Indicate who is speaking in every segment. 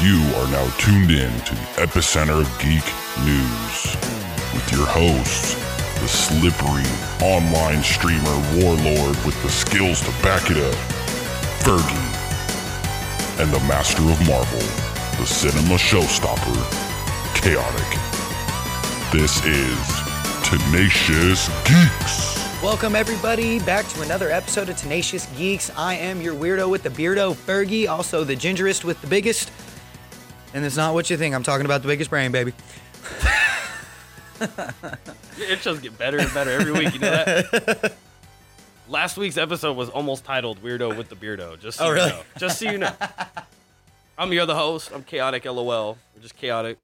Speaker 1: You are now tuned in to the epicenter of geek news with your hosts, the slippery online streamer warlord with the skills to back it up, Fergie, and the master of Marvel, the cinema showstopper, Chaotic. This is Tenacious Geeks.
Speaker 2: Welcome, everybody, back to another episode of Tenacious Geeks. I am your weirdo with the beardo, Fergie, also the gingerist with the biggest. And it's not what you think. I'm talking about the biggest brain, baby.
Speaker 3: Your intros get better and better every week. You know that. Last week's episode was almost titled "Weirdo with the Beardo." Just so
Speaker 2: Oh, really?
Speaker 3: you know. Just so you know. I'm your other host. I'm chaotic. LOL. We're just chaotic.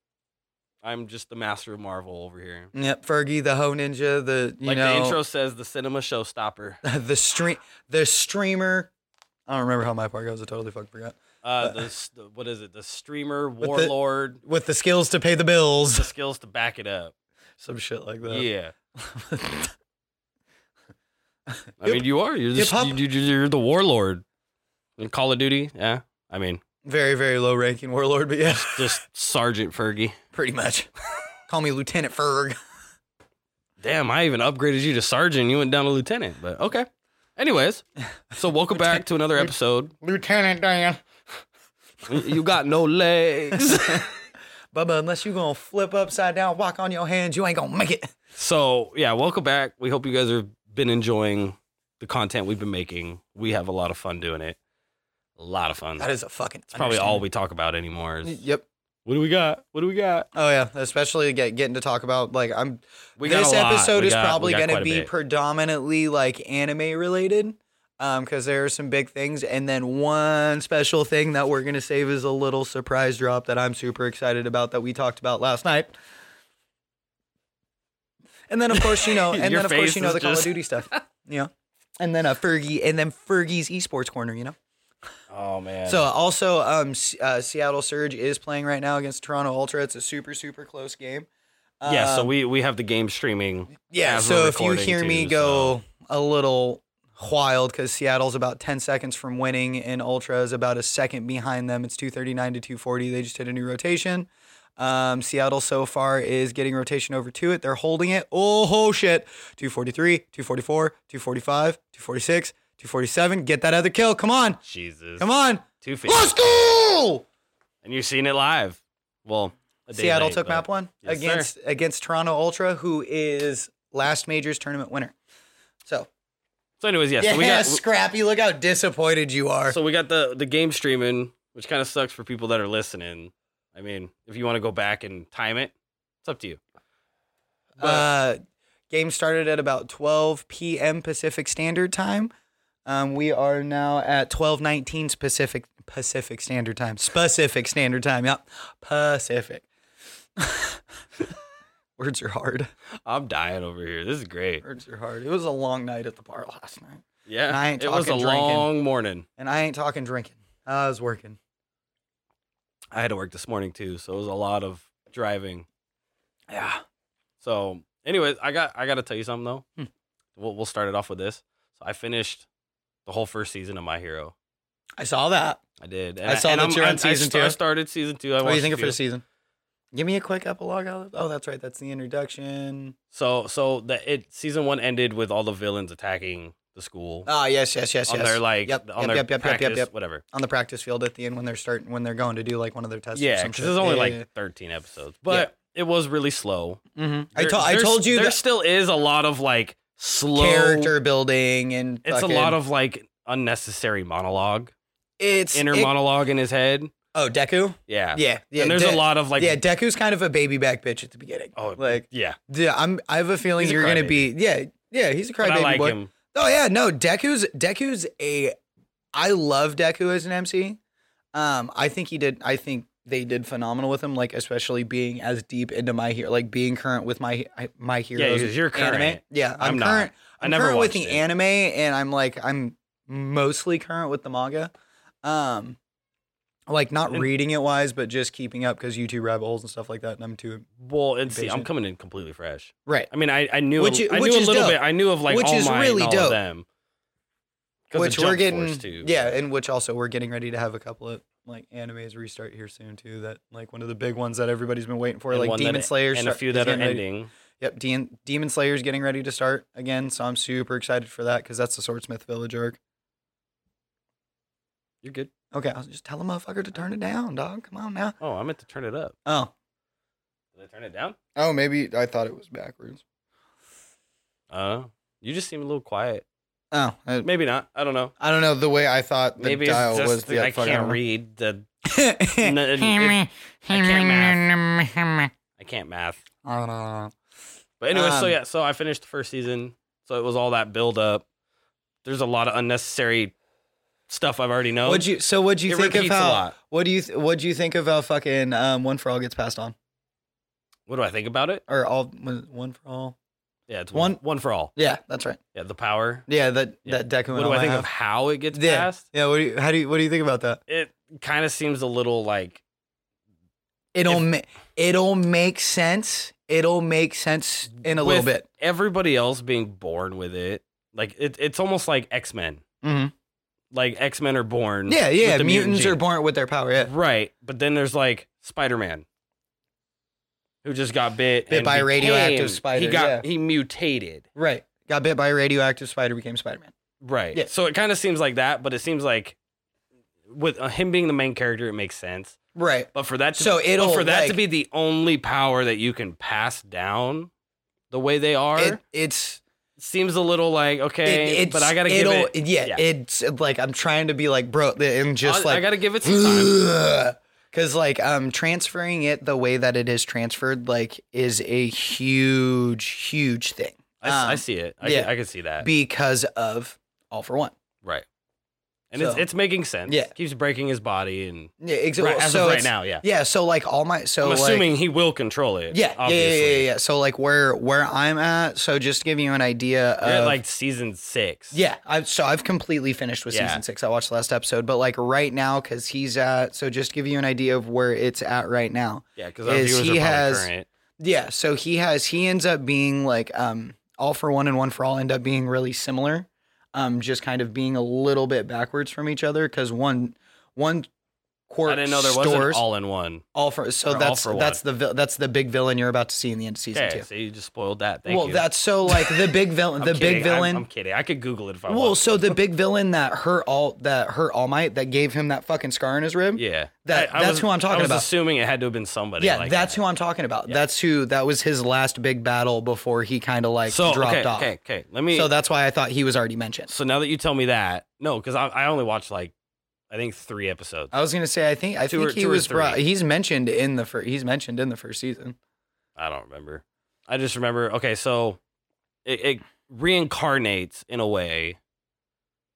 Speaker 3: I'm just the master of Marvel over here.
Speaker 2: Yep, Fergie, the hoe ninja, the you
Speaker 3: like
Speaker 2: Mm, know,
Speaker 3: the intro says, the cinema showstopper.
Speaker 2: the stream, the streamer. I don't remember how my part goes. I totally fucking forgot.
Speaker 3: Uh, the, s- the what is it? The streamer
Speaker 2: the-
Speaker 3: warlord.
Speaker 2: With the skills to pay the
Speaker 3: The,
Speaker 2: bills,
Speaker 3: skills to back it up.
Speaker 2: some shit like that.
Speaker 3: Yeah. I mean, you are. You're just
Speaker 2: hop-
Speaker 3: you, you, you're the warlord in Call of Duty. Yeah. I mean,
Speaker 2: very, very low ranking warlord, but yeah,
Speaker 3: just Sergeant Fergie.
Speaker 2: pretty much. Call me Lieutenant Ferg.
Speaker 3: Damn, I even upgraded you to sergeant. You went down to lieutenant, but okay. Anyways, so welcome back to another episode.
Speaker 2: Lieutenant Dan.
Speaker 3: You got no legs.
Speaker 2: Bubba, unless you gonna flip upside down, walk on your hands, you ain't gonna make it.
Speaker 3: So, yeah, welcome back. We hope you guys have been enjoying the content we've been making. We have a lot of fun doing it. A lot of fun.
Speaker 2: That
Speaker 3: That's
Speaker 2: is a fucking. It's
Speaker 3: probably all we talk about anymore. Is,
Speaker 2: Yep.
Speaker 3: what do we got? What do we got?
Speaker 2: Oh yeah, especially get, getting to talk about like I'm.
Speaker 3: We got
Speaker 2: this
Speaker 3: a lot.
Speaker 2: episode
Speaker 3: We
Speaker 2: is
Speaker 3: got- we
Speaker 2: probably
Speaker 3: got
Speaker 2: gonna
Speaker 3: quite a
Speaker 2: be
Speaker 3: bit.
Speaker 2: predominantly like anime related, um, because there are some big things, and then one special thing that we're gonna save is a little surprise drop that I'm super excited about that we talked about last night. And then of course you know, and
Speaker 3: Your
Speaker 2: then of course
Speaker 3: face
Speaker 2: you know
Speaker 3: is
Speaker 2: the Call of
Speaker 3: just-
Speaker 2: Duty stuff, you know, and then a Fergie, and then Fergie's esports corner, you know.
Speaker 3: oh, man.
Speaker 2: So also, um, S- uh, Seattle Surge is playing right now against Toronto Ultra. It's a super super close game.
Speaker 3: yeah, so
Speaker 2: Um,
Speaker 3: we, we have the game streaming.
Speaker 2: yeah.
Speaker 3: as we're
Speaker 2: So if you
Speaker 3: recording,
Speaker 2: hear me
Speaker 3: too,
Speaker 2: go a little wild because Seattle's about ten seconds from winning, and Ultra is about a second behind them. It's two thirty nine to two forty. They just hit a new rotation. Um, Seattle so far is getting rotation over to it. They're holding it. Oh, oh shit. 243, 244, 245, 246, 247. Get that other kill. Come on.
Speaker 3: Jesus.
Speaker 2: Come on.
Speaker 3: Two feet.
Speaker 2: Let's go.
Speaker 3: and you've seen it live. Well, a day
Speaker 2: Seattle
Speaker 3: late,
Speaker 2: took
Speaker 3: but-
Speaker 2: map one
Speaker 3: Yes, sir.
Speaker 2: against against Toronto Ultra, who is last majors tournament winner. So
Speaker 3: So, anyways, yes,
Speaker 2: yeah,
Speaker 3: so we got
Speaker 2: Scrappy, look how disappointed you are.
Speaker 3: so we got the the game streaming, which kind of sucks for people that are listening. I mean, if you want to go back and time it, it's up to you.
Speaker 2: uh, game started at about 12 p.m. Pacific Standard Time. Um, we are now at 12:19 Pacific Pacific Standard Time. Pacific Standard Time. Yep. Pacific. Words are hard.
Speaker 3: I'm dying over here. This is great.
Speaker 2: Words are hard. It was a long night at the bar last night.
Speaker 3: Yeah,
Speaker 2: I ain't
Speaker 3: it was a
Speaker 2: talking drinking.
Speaker 3: long morning.
Speaker 2: And I ain't talking drinking. I was working.
Speaker 3: I had to work this morning too, so it was a lot of driving.
Speaker 2: Yeah.
Speaker 3: So, anyways, I got I got to tell you something though.
Speaker 2: Hmm.
Speaker 3: We'll we'll start it off with this. So I finished the whole first season of My Hero.
Speaker 2: I saw that.
Speaker 3: I did.
Speaker 2: I saw
Speaker 3: and
Speaker 2: that
Speaker 3: I'm-
Speaker 2: you're on
Speaker 3: I- I
Speaker 2: season
Speaker 3: st- I
Speaker 2: two.
Speaker 3: started season two. I
Speaker 2: what do you
Speaker 3: watched
Speaker 2: think
Speaker 3: a
Speaker 2: of for
Speaker 3: few-
Speaker 2: the season? Give me a quick epilogue. I'll- Oh, that's right. That's the introduction.
Speaker 3: So so the it season one ended with all the villains attacking the school
Speaker 2: Ah, yes, yes, yes,
Speaker 3: on
Speaker 2: yes.
Speaker 3: their like
Speaker 2: yep,
Speaker 3: on
Speaker 2: yep,
Speaker 3: their
Speaker 2: yep, yep,
Speaker 3: practice,
Speaker 2: yep, yep, yep.
Speaker 3: whatever.
Speaker 2: On the practice field at the end when they're starting when they're going to do like one of their tests.
Speaker 3: Yeah, because there's only like 13 episodes, but it was really slow.
Speaker 2: hmm I,
Speaker 3: There-
Speaker 2: to- I
Speaker 3: mm-hmm. there's-
Speaker 2: told you
Speaker 3: there
Speaker 2: that
Speaker 3: still is a lot of like slow
Speaker 2: character building and
Speaker 3: It's a
Speaker 2: fucking-
Speaker 3: lot of like unnecessary monologue,
Speaker 2: it's
Speaker 3: inner
Speaker 2: it-
Speaker 3: monologue in his head.
Speaker 2: Oh, Deku.
Speaker 3: Yeah,
Speaker 2: Yeah, yeah.
Speaker 3: and there's
Speaker 2: De-
Speaker 3: a lot of like
Speaker 2: yeah, Deku's kind of a baby back bitch at the beginning.
Speaker 3: oh
Speaker 2: like
Speaker 3: yeah,
Speaker 2: yeah, I'm. I have a feeling
Speaker 3: He's a
Speaker 2: you're gonna be. Yeah, yeah. He's a
Speaker 3: but I
Speaker 2: crybaby
Speaker 3: like
Speaker 2: boy.
Speaker 3: him.
Speaker 2: Oh yeah, no, Deku's Deku's a I love Deku as an MC. Um I think he did I think they did phenomenal with him like especially being as deep into my hero like being current with my my heroes.
Speaker 3: because you're
Speaker 2: Anime.
Speaker 3: current.
Speaker 2: Yeah, I'm,
Speaker 3: I'm not.
Speaker 2: current.
Speaker 3: I
Speaker 2: I'm
Speaker 3: never
Speaker 2: current with
Speaker 3: watched
Speaker 2: the
Speaker 3: it.
Speaker 2: anime and I'm like I'm mostly current with the manga. Um like not
Speaker 3: And-
Speaker 2: reading it wise but just keeping up cuz YouTube rabbit holes and stuff like that and I'm too
Speaker 3: Well, and see, I'm
Speaker 2: Impatient.
Speaker 3: coming in completely fresh.
Speaker 2: Right.
Speaker 3: I mean, I, I knew
Speaker 2: Which
Speaker 3: a-
Speaker 2: i-
Speaker 3: I
Speaker 2: which
Speaker 3: knew a
Speaker 2: is
Speaker 3: little
Speaker 2: dope.
Speaker 3: bit. I knew of like
Speaker 2: Which
Speaker 3: all
Speaker 2: is
Speaker 3: Might
Speaker 2: really
Speaker 3: and all
Speaker 2: dope.
Speaker 3: of them. 'Cause of
Speaker 2: Which we're
Speaker 3: Jump Force,
Speaker 2: getting
Speaker 3: too.
Speaker 2: Yeah, and which also we're getting ready to have a couple of like animes restart here soon too. That like one of the big ones that everybody's been waiting for,
Speaker 3: And
Speaker 2: like
Speaker 3: one that- e-,
Speaker 2: Demon Slayers
Speaker 3: and a
Speaker 2: start-
Speaker 3: few
Speaker 2: is
Speaker 3: that are
Speaker 2: getting ready-
Speaker 3: ending.
Speaker 2: Yep, De- Demon Slayer's getting ready to start again, so I'm super excited for that because that's the Swordsmith Village arc.
Speaker 3: You're good.
Speaker 2: Okay, I'll just tell a motherfucker to turn it down, dog. Come on now.
Speaker 3: Oh, I meant to turn it up.
Speaker 2: Oh,
Speaker 3: Did I turn it down?
Speaker 2: oh, maybe I thought it was backwards.
Speaker 3: Uh, you just seem a little quiet.
Speaker 2: Oh, I,
Speaker 3: Maybe not. I don't know.
Speaker 2: I don't know. The way I thought the
Speaker 3: Maybe
Speaker 2: dial
Speaker 3: it's just
Speaker 2: was the
Speaker 3: that I
Speaker 2: fucking-
Speaker 3: can't read the.
Speaker 2: I
Speaker 3: n- it- I can't math. I can't math.
Speaker 2: don't know.
Speaker 3: But anyway, so
Speaker 2: Um,
Speaker 3: yeah, so I finished the first season. So it was all that build up. There's a lot of unnecessary stuff I've already known.
Speaker 2: What'd you? So what'd you
Speaker 3: it
Speaker 2: think of
Speaker 3: repeats a
Speaker 2: how?
Speaker 3: lot.
Speaker 2: What do you? Th- what'd you think of how fucking um, one for all gets passed on,
Speaker 3: What do I think about it?
Speaker 2: or all one for all?
Speaker 3: Yeah, it's one
Speaker 2: One-
Speaker 3: one, for all.
Speaker 2: Yeah, that's right.
Speaker 3: Yeah, the power.
Speaker 2: Yeah, that
Speaker 3: Yeah.
Speaker 2: that Deku.
Speaker 3: What
Speaker 2: and
Speaker 3: do
Speaker 2: all
Speaker 3: I think
Speaker 2: have.
Speaker 3: of how it gets
Speaker 2: Yeah.
Speaker 3: passed?
Speaker 2: Yeah. What do you? How do you? What do you think about that?
Speaker 3: It kind of seems a little like
Speaker 2: It'll ma- it'll make sense. It'll make sense in a little
Speaker 3: with
Speaker 2: bit.
Speaker 3: Everybody else being born with it, like it, it's almost like X Men.
Speaker 2: Mhm.
Speaker 3: Like X Men are born.
Speaker 2: Yeah,
Speaker 3: with
Speaker 2: yeah.
Speaker 3: the mutant
Speaker 2: Mutants are
Speaker 3: gene.
Speaker 2: born with their power. Yeah.
Speaker 3: Right, but then there's like Spider Man, who just got bit
Speaker 2: Bit
Speaker 3: and
Speaker 2: by a radioactive
Speaker 3: became-
Speaker 2: spider,
Speaker 3: He got
Speaker 2: yeah.
Speaker 3: he mutated.
Speaker 2: Right. Got bit by a radioactive spider, became Spider Man.
Speaker 3: Right.
Speaker 2: Yeah.
Speaker 3: So it kind of seems like that, but it seems like with uh, him being the main character, it makes sense.
Speaker 2: Right.
Speaker 3: But for that, to,
Speaker 2: So
Speaker 3: but
Speaker 2: it'll,
Speaker 3: for that to
Speaker 2: like-
Speaker 3: be the only power that you can pass down, the way they are,
Speaker 2: It, it's
Speaker 3: seems a little like okay.
Speaker 2: it's
Speaker 3: but I gotta give
Speaker 2: it'll,
Speaker 3: it.
Speaker 2: Yeah,
Speaker 3: yeah.
Speaker 2: It's like I'm trying to be like bro, and just
Speaker 3: I,
Speaker 2: like
Speaker 3: I gotta give it some time.
Speaker 2: because like um transferring it the way that it is transferred like is a huge huge thing
Speaker 3: I, s- I
Speaker 2: Um,
Speaker 3: see it. I,
Speaker 2: yeah.
Speaker 3: can, I can see that.
Speaker 2: because of all for one.
Speaker 3: right. And it's
Speaker 2: So-
Speaker 3: it's making sense.
Speaker 2: Yeah.
Speaker 3: Keeps breaking his body and
Speaker 2: Yeah, exactly.
Speaker 3: right, as
Speaker 2: so
Speaker 3: of right
Speaker 2: it's-
Speaker 3: now, yeah.
Speaker 2: Yeah, so like all my so
Speaker 3: I'm
Speaker 2: like,
Speaker 3: assuming he will control it.
Speaker 2: yeah, yeah, yeah,
Speaker 3: obviously.
Speaker 2: yeah, yeah, yeah. So like where where I'm at. So just to give you an idea
Speaker 3: We're at
Speaker 2: of
Speaker 3: like season six.
Speaker 2: Uh, Yeah, I've, so I've completely finished with
Speaker 3: Yeah.
Speaker 2: season six. I watched the last episode, but like right now, because he's at. So just to give you an idea of where it's at right now.
Speaker 3: Yeah, because our
Speaker 2: Is
Speaker 3: viewers
Speaker 2: he
Speaker 3: are probably
Speaker 2: has-
Speaker 3: current.
Speaker 2: Yeah, so he has he ends up being like um all for one and one for all end up being really similar. Um just kind of being a little bit backwards from each other cuz one one quirk
Speaker 3: I didn't know there was an
Speaker 2: stores
Speaker 3: all in one.
Speaker 2: all for so
Speaker 3: or all
Speaker 2: that's
Speaker 3: for one.
Speaker 2: that's the vil- that's the big villain you're about to see in the end of season
Speaker 3: Okay,
Speaker 2: 2.
Speaker 3: so you just spoiled that. Thank
Speaker 2: well,
Speaker 3: you.
Speaker 2: that's so like the big villain
Speaker 3: I'm
Speaker 2: the
Speaker 3: kidding.
Speaker 2: big
Speaker 3: I'm-
Speaker 2: villain
Speaker 3: I'm, kidding. I could Google it if I
Speaker 2: well,
Speaker 3: want.
Speaker 2: so the big villain that hurt all that hurt All Might that gave him that fucking scar in his rib.
Speaker 3: yeah,
Speaker 2: that- that's
Speaker 3: was-
Speaker 2: who I'm talking
Speaker 3: I was
Speaker 2: about.
Speaker 3: Assuming it had to have been somebody.
Speaker 2: Yeah,
Speaker 3: like
Speaker 2: that's
Speaker 3: that.
Speaker 2: who I'm talking about.
Speaker 3: Yeah.
Speaker 2: That's who. That was his last big battle before he kind of like
Speaker 3: So
Speaker 2: dropped
Speaker 3: okay,
Speaker 2: off.
Speaker 3: okay, okay. Let me.
Speaker 2: So
Speaker 3: So,
Speaker 2: that's why I thought he was already mentioned.
Speaker 3: now that you tell me that, no, because I, I only watched like I think three episodes.
Speaker 2: I was gonna say I think I
Speaker 3: Two
Speaker 2: think
Speaker 3: or-
Speaker 2: he
Speaker 3: two or
Speaker 2: was
Speaker 3: three.
Speaker 2: brought. He's mentioned in the first. He's mentioned in the first season.
Speaker 3: I don't remember. I just remember. Okay, so it, it reincarnates in a way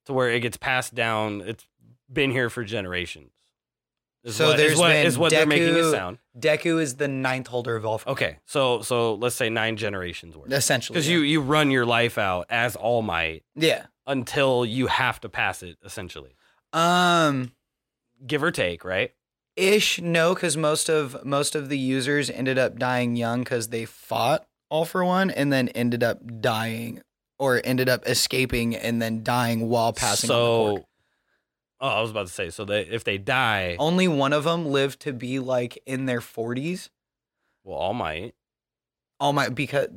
Speaker 3: to where it gets passed down. It's been here for generations. Is
Speaker 2: So
Speaker 3: what, is
Speaker 2: there's
Speaker 3: what,
Speaker 2: been
Speaker 3: is what they're making it
Speaker 2: Deku-
Speaker 3: sound.
Speaker 2: Deku is the ninth holder of all. four.
Speaker 3: Okay, so so let's say nine generations worth.
Speaker 2: Essentially,
Speaker 3: Because
Speaker 2: yeah.
Speaker 3: you you run your life out as All Might
Speaker 2: yeah.
Speaker 3: until you have to pass it, essentially,
Speaker 2: Um,
Speaker 3: give or take, right?
Speaker 2: ish. No, because most of most of the users ended up dying young because they fought all for one and then ended up dying or ended up escaping and then dying while passing. on the
Speaker 3: so,
Speaker 2: fork.
Speaker 3: oh, I was about to say, so they if they die,
Speaker 2: Only one of them lived to be like in their 40s.
Speaker 3: well, All Might.
Speaker 2: All my because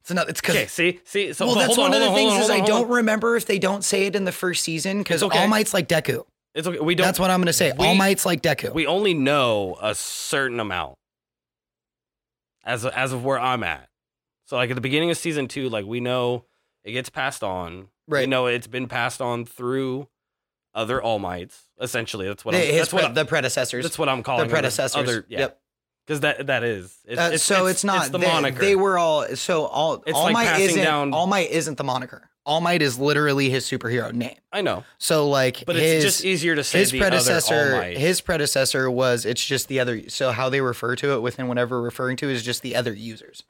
Speaker 2: it's not it's because
Speaker 3: Okay, see, see, so
Speaker 2: well,
Speaker 3: hold
Speaker 2: that's
Speaker 3: on,
Speaker 2: one
Speaker 3: hold
Speaker 2: of the
Speaker 3: on,
Speaker 2: things
Speaker 3: hold on,
Speaker 2: is
Speaker 3: hold on,
Speaker 2: I
Speaker 3: hold
Speaker 2: don't
Speaker 3: on.
Speaker 2: remember if they don't say it in the first season because
Speaker 3: It's okay.
Speaker 2: All Might's like Deku.
Speaker 3: It's okay. We don't.
Speaker 2: That's what I'm gonna say.
Speaker 3: we-
Speaker 2: All Might's like Deku.
Speaker 3: we only know a certain amount as of, as of where I'm at. So like at the beginning of season two, like we know it gets passed on. We
Speaker 2: Right.
Speaker 3: know it's been passed on through other All Mights. Essentially, that's what
Speaker 2: The-
Speaker 3: I'm,
Speaker 2: his
Speaker 3: that's
Speaker 2: pre-
Speaker 3: what I-
Speaker 2: the predecessors,
Speaker 3: that's what I'm calling
Speaker 2: the
Speaker 3: them,
Speaker 2: predecessors.
Speaker 3: Other, yeah,
Speaker 2: Yep.
Speaker 3: because that that is. It's,
Speaker 2: Uh, so it's, not
Speaker 3: the
Speaker 2: they,
Speaker 3: moniker.
Speaker 2: They were all so all.
Speaker 3: It's
Speaker 2: all
Speaker 3: like
Speaker 2: Might
Speaker 3: passing
Speaker 2: isn't
Speaker 3: down-
Speaker 2: All Might isn't the moniker. All Might is literally his superhero name.
Speaker 3: I know,
Speaker 2: So like,
Speaker 3: but
Speaker 2: his,
Speaker 3: it's just easier to say
Speaker 2: his
Speaker 3: the Other All
Speaker 2: predecessor
Speaker 3: Might.
Speaker 2: his predecessor was it's just the other so how they refer to it within whatever referring to is just the other users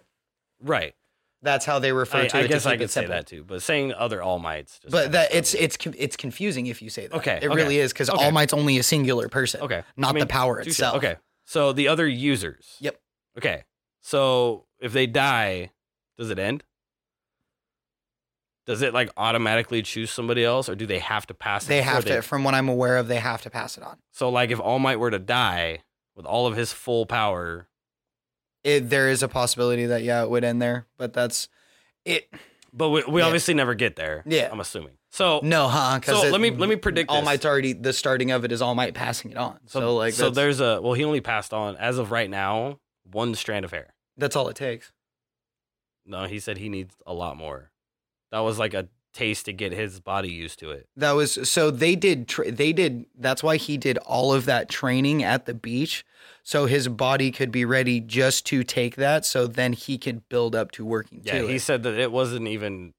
Speaker 3: right.
Speaker 2: that's how they refer
Speaker 3: I,
Speaker 2: to it
Speaker 3: I
Speaker 2: to
Speaker 3: guess I
Speaker 2: keep it
Speaker 3: could say
Speaker 2: simple.
Speaker 3: that too, but saying other All Mights. Just
Speaker 2: but
Speaker 3: kinda
Speaker 2: that it's
Speaker 3: sounds-
Speaker 2: it's con- it's confusing if you say that
Speaker 3: Okay,
Speaker 2: it
Speaker 3: okay,
Speaker 2: really is because
Speaker 3: okay.
Speaker 2: all might's only a singular person
Speaker 3: okay,
Speaker 2: not
Speaker 3: I mean,
Speaker 2: the power
Speaker 3: touche.
Speaker 2: itself
Speaker 3: Okay, so the other users.
Speaker 2: Yep.
Speaker 3: Okay, so if they die, does it end? does it like automatically choose somebody else, or do they have to pass? it
Speaker 2: They
Speaker 3: before
Speaker 2: have to, from what I'm aware of, they have to pass it on.
Speaker 3: So like, if All Might were to die with all of his full power,
Speaker 2: It, there is a possibility that yeah, it would end there, but that's it.
Speaker 3: Oh. but we, we
Speaker 2: Yeah.
Speaker 3: obviously never get there.
Speaker 2: Yeah.
Speaker 3: I'm assuming. So
Speaker 2: No, huh? Because
Speaker 3: so let me let me predict
Speaker 2: All
Speaker 3: this.
Speaker 2: Might's already the starting of it is All Might passing it on. So, like
Speaker 3: so
Speaker 2: that's,
Speaker 3: there's a well he only passed on as of right now one strand of hair.
Speaker 2: that's all it takes.
Speaker 3: No, he said he needs a lot more. That was like a taste to get his body used to it.
Speaker 2: That was so they did tra- they did that's why he did all of that training at the beach so his body could be ready just to take that so then he could build up to working
Speaker 3: Yeah,
Speaker 2: to
Speaker 3: he
Speaker 2: it.
Speaker 3: said that it wasn't even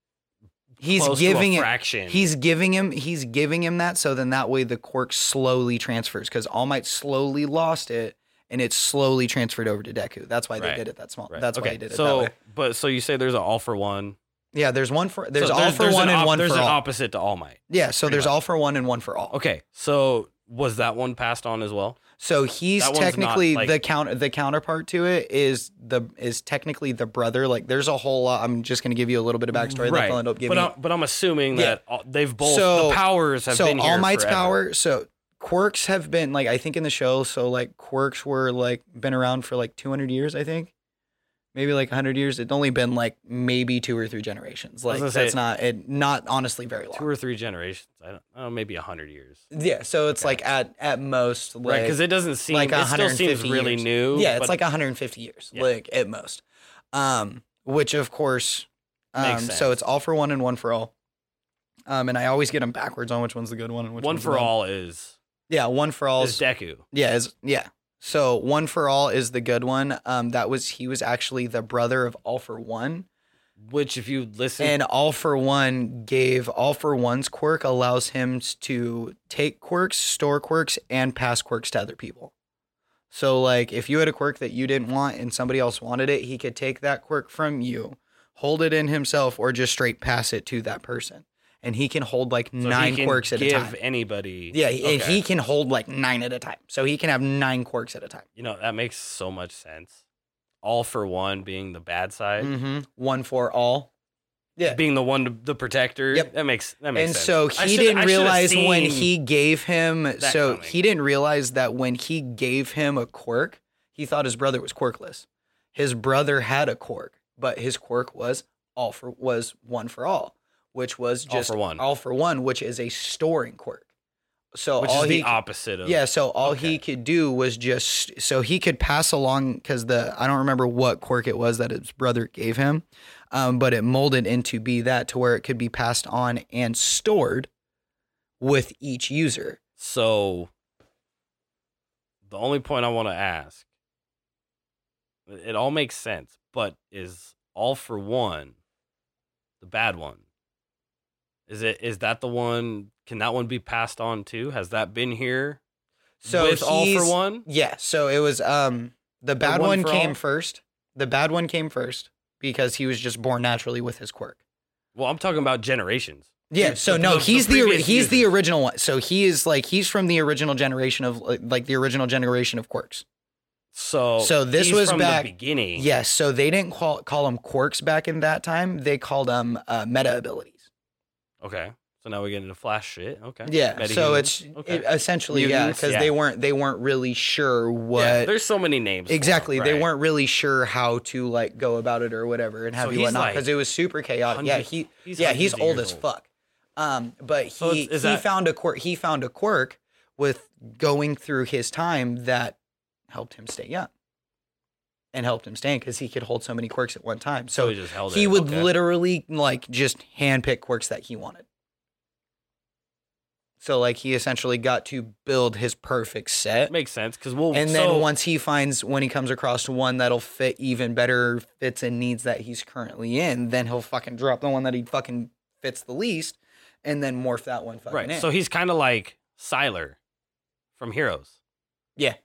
Speaker 2: he's
Speaker 3: close
Speaker 2: giving
Speaker 3: to a
Speaker 2: it
Speaker 3: fraction.
Speaker 2: he's giving him he's giving him that so then that way the quirk slowly transfers cuz All Might slowly lost it and it slowly transferred over to Deku. That's why
Speaker 3: Right.
Speaker 2: they did it that small.
Speaker 3: Right.
Speaker 2: That's
Speaker 3: okay.
Speaker 2: why he did it
Speaker 3: so,
Speaker 2: that way.
Speaker 3: but so you say there's an all for one.
Speaker 2: Yeah, there's one for there's
Speaker 3: So
Speaker 2: all for
Speaker 3: there's
Speaker 2: one
Speaker 3: an
Speaker 2: and
Speaker 3: op-
Speaker 2: one
Speaker 3: There's
Speaker 2: for
Speaker 3: an
Speaker 2: all.
Speaker 3: opposite to all might.
Speaker 2: yeah, so
Speaker 3: pretty
Speaker 2: there's
Speaker 3: much.
Speaker 2: all for one and one for all.
Speaker 3: Okay, so was that one passed on as well?
Speaker 2: So he's
Speaker 3: That one's not,
Speaker 2: technically
Speaker 3: like-
Speaker 2: the count the counterpart to it is the is technically the brother. Like there's a whole lot. I'm just gonna give you a little bit of backstory that they'll end up
Speaker 3: Mm, but
Speaker 2: giving.
Speaker 3: I'm, but I'm assuming
Speaker 2: Yeah.
Speaker 3: that all, they've both
Speaker 2: So-
Speaker 3: the powers have
Speaker 2: so
Speaker 3: been here
Speaker 2: All Might's
Speaker 3: forever.
Speaker 2: power. So quirks have been like I think in the show. So like quirks were like been around for like 200 years. I think maybe like 100 years. It's only been like maybe two or three generations.
Speaker 3: was
Speaker 2: Like
Speaker 3: gonna
Speaker 2: that's
Speaker 3: say-
Speaker 2: not it. Not honestly very long.
Speaker 3: two or three generations. I don't know, maybe a hundred years.
Speaker 2: yeah. So it's
Speaker 3: Okay.
Speaker 2: like at at most like
Speaker 3: Right, because it doesn't seem
Speaker 2: like
Speaker 3: it still seems
Speaker 2: 150
Speaker 3: really
Speaker 2: years.
Speaker 3: new.
Speaker 2: Yeah, it's
Speaker 3: but
Speaker 2: like 150 years,
Speaker 3: Yeah.
Speaker 2: like at most. Um, which of course, um,
Speaker 3: Makes
Speaker 2: so
Speaker 3: sense.
Speaker 2: it's all for one and one for all. Um, and I always get them backwards on which one's the good one and which
Speaker 3: one
Speaker 2: one's
Speaker 3: for
Speaker 2: the bad.
Speaker 3: all is
Speaker 2: Yeah, one for all.
Speaker 3: is Deku.
Speaker 2: yeah, is yeah. So one for all is the good one. Um, that was he was actually the brother of all for one,
Speaker 3: Which, if you listen,
Speaker 2: and all for one gave all for one's quirk allows him to take quirks, store quirks, and pass quirks to other people. So like if you had a quirk that you didn't want and somebody else wanted it, he could take that quirk from you, hold it in himself, or just straight pass it to that person. And he can hold like
Speaker 3: so he
Speaker 2: nine
Speaker 3: can
Speaker 2: quirks at a
Speaker 3: give
Speaker 2: time.
Speaker 3: anybody.
Speaker 2: Yeah, and
Speaker 3: Okay.
Speaker 2: he can hold like nine at a time. So he can have nine quirks at a time.
Speaker 3: You know that makes so much sense. All for one being the bad side,
Speaker 2: hmm One for all. Yeah.
Speaker 3: being the one to, the protector.
Speaker 2: Yep.
Speaker 3: That makes that makes
Speaker 2: And
Speaker 3: sense.
Speaker 2: so
Speaker 3: I
Speaker 2: he
Speaker 3: should- I
Speaker 2: didn't
Speaker 3: should've
Speaker 2: realize when
Speaker 3: seen-
Speaker 2: he gave him so
Speaker 3: coming.
Speaker 2: he didn't realize that when he gave him a quirk, he thought his brother was quirkless. His brother had a quirk, but his quirk was all for was one for all, which was
Speaker 3: All
Speaker 2: just
Speaker 3: for one.
Speaker 2: all for one, which is a storing quirk. So
Speaker 3: which
Speaker 2: all
Speaker 3: is
Speaker 2: he
Speaker 3: the opposite of
Speaker 2: Yeah, so all
Speaker 3: Okay.
Speaker 2: he could do was just so he could pass along because the I don't remember what quirk it was that his brother gave him, um, but it molded into be that to where it could be passed on and stored with each user.
Speaker 3: So the only point I want to ask it all makes sense, but is all for one the bad one? Is it is that the one can that one be passed on too? Has that been here
Speaker 2: So
Speaker 3: with all for
Speaker 2: he's-
Speaker 3: one?
Speaker 2: Yeah, so it was um the bad
Speaker 3: one
Speaker 2: one,
Speaker 3: for
Speaker 2: came
Speaker 3: all?
Speaker 2: first. The bad one came first because he was just born naturally with his quirk.
Speaker 3: Well, I'm talking about generations.
Speaker 2: Yeah,
Speaker 3: The-
Speaker 2: so
Speaker 3: the-
Speaker 2: no,
Speaker 3: the- the
Speaker 2: he's the, ori-
Speaker 3: previous
Speaker 2: he's the
Speaker 3: users.
Speaker 2: original one. So he is like he's from the original generation of like, like the original generation of quirks.
Speaker 3: So
Speaker 2: So this
Speaker 3: he's
Speaker 2: was
Speaker 3: from
Speaker 2: back-
Speaker 3: the beginning.
Speaker 2: Yes, so they didn't call, call them quirks back in that time. They called them uh, meta abilities.
Speaker 3: Okay. So now we get into flash shit. Okay.
Speaker 2: Yeah, so
Speaker 3: Metahumans.
Speaker 2: it's
Speaker 3: okay.
Speaker 2: it- uh, essentially yeah,
Speaker 3: Mutants,
Speaker 2: because
Speaker 3: yeah.
Speaker 2: they weren't they weren't really sure what
Speaker 3: yeah, there's so many names. for 'em,
Speaker 2: exactly they
Speaker 3: right?
Speaker 2: weren't really sure how to like go about it or whatever and
Speaker 3: So
Speaker 2: have you
Speaker 3: he's
Speaker 2: whatnot
Speaker 3: like
Speaker 2: because it was super chaotic. Yeah,
Speaker 3: hundreds-
Speaker 2: he yeah he's
Speaker 3: hundreds of
Speaker 2: old
Speaker 3: years
Speaker 2: as fuck. Um, but he
Speaker 3: So it's-
Speaker 2: he
Speaker 3: is that-
Speaker 2: found a quirk he found a quirk with going through his time that helped him stay young and helped him stand because he could hold so many quirks at one time. So
Speaker 3: he just held
Speaker 2: he
Speaker 3: it.
Speaker 2: would
Speaker 3: Okay.
Speaker 2: literally like just handpick quirks that he wanted. So like he essentially got to build his perfect set.
Speaker 3: makes sense because we'll
Speaker 2: And
Speaker 3: oh, so-
Speaker 2: then once he finds when he comes across one that'll fit even better fits and needs that he's currently in, then he'll fucking drop the one that he fucking fits the least and then morph that one fucking
Speaker 3: right.
Speaker 2: in.
Speaker 3: So he's kind of like Siler from Heroes,
Speaker 2: yeah.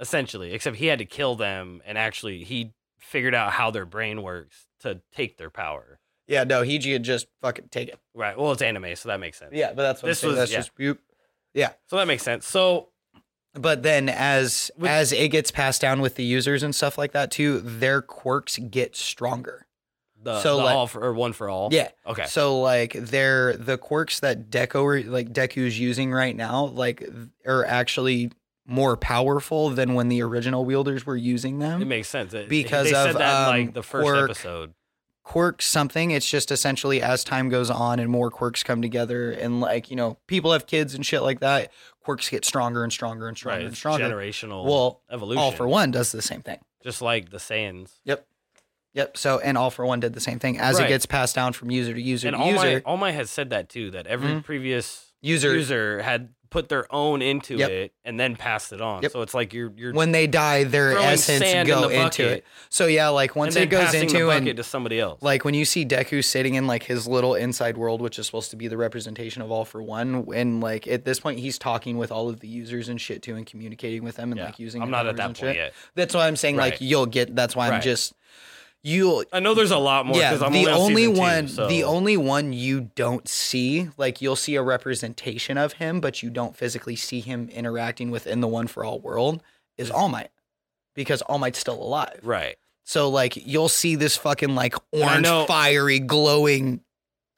Speaker 3: essentially, except he had to kill them and actually he figured out how their brain works to take their power.
Speaker 2: Yeah, no, he had just fucking take it.
Speaker 3: Right. Well, it's anime, so that makes sense.
Speaker 2: Yeah, but that's what
Speaker 3: This
Speaker 2: this I'm saying.
Speaker 3: was-
Speaker 2: that's
Speaker 3: yeah.
Speaker 2: just boop.
Speaker 3: So that makes sense. So
Speaker 2: but then as
Speaker 3: With-
Speaker 2: as it gets passed down with the users and stuff like that too their quirks get stronger
Speaker 3: The,
Speaker 2: So,
Speaker 3: the
Speaker 2: like-
Speaker 3: all for, or one for all.
Speaker 2: Yeah.
Speaker 3: Okay.
Speaker 2: So like they're the quirks that Deco like Deku's using right now like th- are actually more powerful than when the original wielders were using them.
Speaker 3: it makes sense It-
Speaker 2: Because
Speaker 3: they
Speaker 2: of,
Speaker 3: said that in,
Speaker 2: um,
Speaker 3: like the first
Speaker 2: quirk-
Speaker 3: episode.
Speaker 2: quirk something. It's just essentially as time goes on and more quirks come together and like, you know, people have kids and shit like that, quirks get stronger and stronger and stronger
Speaker 3: Right.
Speaker 2: and
Speaker 3: It's
Speaker 2: stronger.
Speaker 3: generational
Speaker 2: Well,
Speaker 3: evolution.
Speaker 2: All for one does the same thing.
Speaker 3: Just like the Saiyans.
Speaker 2: Yep. Yep. So and all for one did the same thing as it
Speaker 3: Right.
Speaker 2: gets passed down from user to user
Speaker 3: And
Speaker 2: to
Speaker 3: all my
Speaker 2: user.
Speaker 3: all my had said that too. That every
Speaker 2: Mhm.
Speaker 3: previous
Speaker 2: user.
Speaker 3: user. had put their own into
Speaker 2: Yep.
Speaker 3: it and then passed it on.
Speaker 2: Yep.
Speaker 3: So it's like you're you're
Speaker 2: when they die, their
Speaker 3: throwing
Speaker 2: essence
Speaker 3: sand
Speaker 2: go
Speaker 3: in the
Speaker 2: into
Speaker 3: bucket
Speaker 2: it. So yeah, like once
Speaker 3: and
Speaker 2: it
Speaker 3: then
Speaker 2: goes
Speaker 3: passing the
Speaker 2: into
Speaker 3: bucket
Speaker 2: and
Speaker 3: to somebody else.
Speaker 2: like when you see Deku sitting in like his little inside world, which is supposed to be the representation of all for one, and like at this point he's talking with all of the users and shit too, and communicating with them and
Speaker 3: Yeah.
Speaker 2: like using.
Speaker 3: I'm
Speaker 2: their
Speaker 3: not
Speaker 2: powers
Speaker 3: at that
Speaker 2: and shit.
Speaker 3: point yet.
Speaker 2: That's why I'm saying like
Speaker 3: Right.
Speaker 2: you'll get. That's why I'm
Speaker 3: Right.
Speaker 2: just you'll.
Speaker 3: I know there's a lot more
Speaker 2: yeah,
Speaker 3: because I'm
Speaker 2: the only,
Speaker 3: on season
Speaker 2: one,
Speaker 3: two, so.
Speaker 2: the only one you don't see, like you'll see a representation of him, but you don't physically see him interacting within the one for all world is
Speaker 3: Hmm.
Speaker 2: All Might, because All Might's still alive.
Speaker 3: right.
Speaker 2: So like you'll see this fucking like
Speaker 3: I
Speaker 2: orange
Speaker 3: know-
Speaker 2: fiery glowing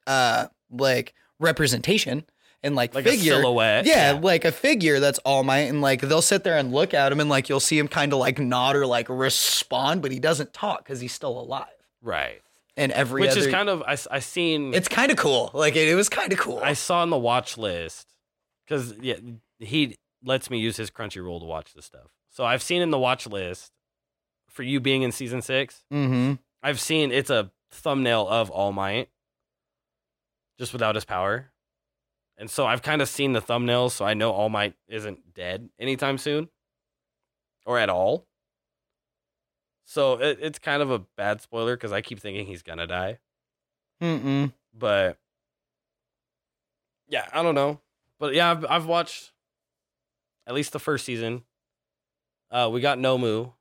Speaker 2: uh like representation and like,
Speaker 3: Like
Speaker 2: figure.
Speaker 3: a silhouette.
Speaker 2: Yeah, like a figure that's all might and like they'll sit there and look at him and like you'll see him kind of like nod or like respond, but he doesn't talk because he's still alive.
Speaker 3: Right.
Speaker 2: And every
Speaker 3: Which
Speaker 2: other
Speaker 3: is kind of I s- I seen
Speaker 2: it's kind of cool. Like it, it was kind of cool.
Speaker 3: I saw on the watch list because yeah, he lets me use his Crunchyroll to watch this stuff. So I've seen in the watch list for you being in season six.
Speaker 2: mm-hmm.
Speaker 3: I've seen it's a thumbnail of All Might, just without his power, and so I've kind of seen the thumbnails, so I know All Might isn't dead anytime soon, or at all. So it, it's kind of a bad spoiler because I keep thinking he's gonna die
Speaker 2: Mm-mm.
Speaker 3: but yeah, I don't know. But yeah, I've, I've watched at least the first season. Uh, we got Nomu.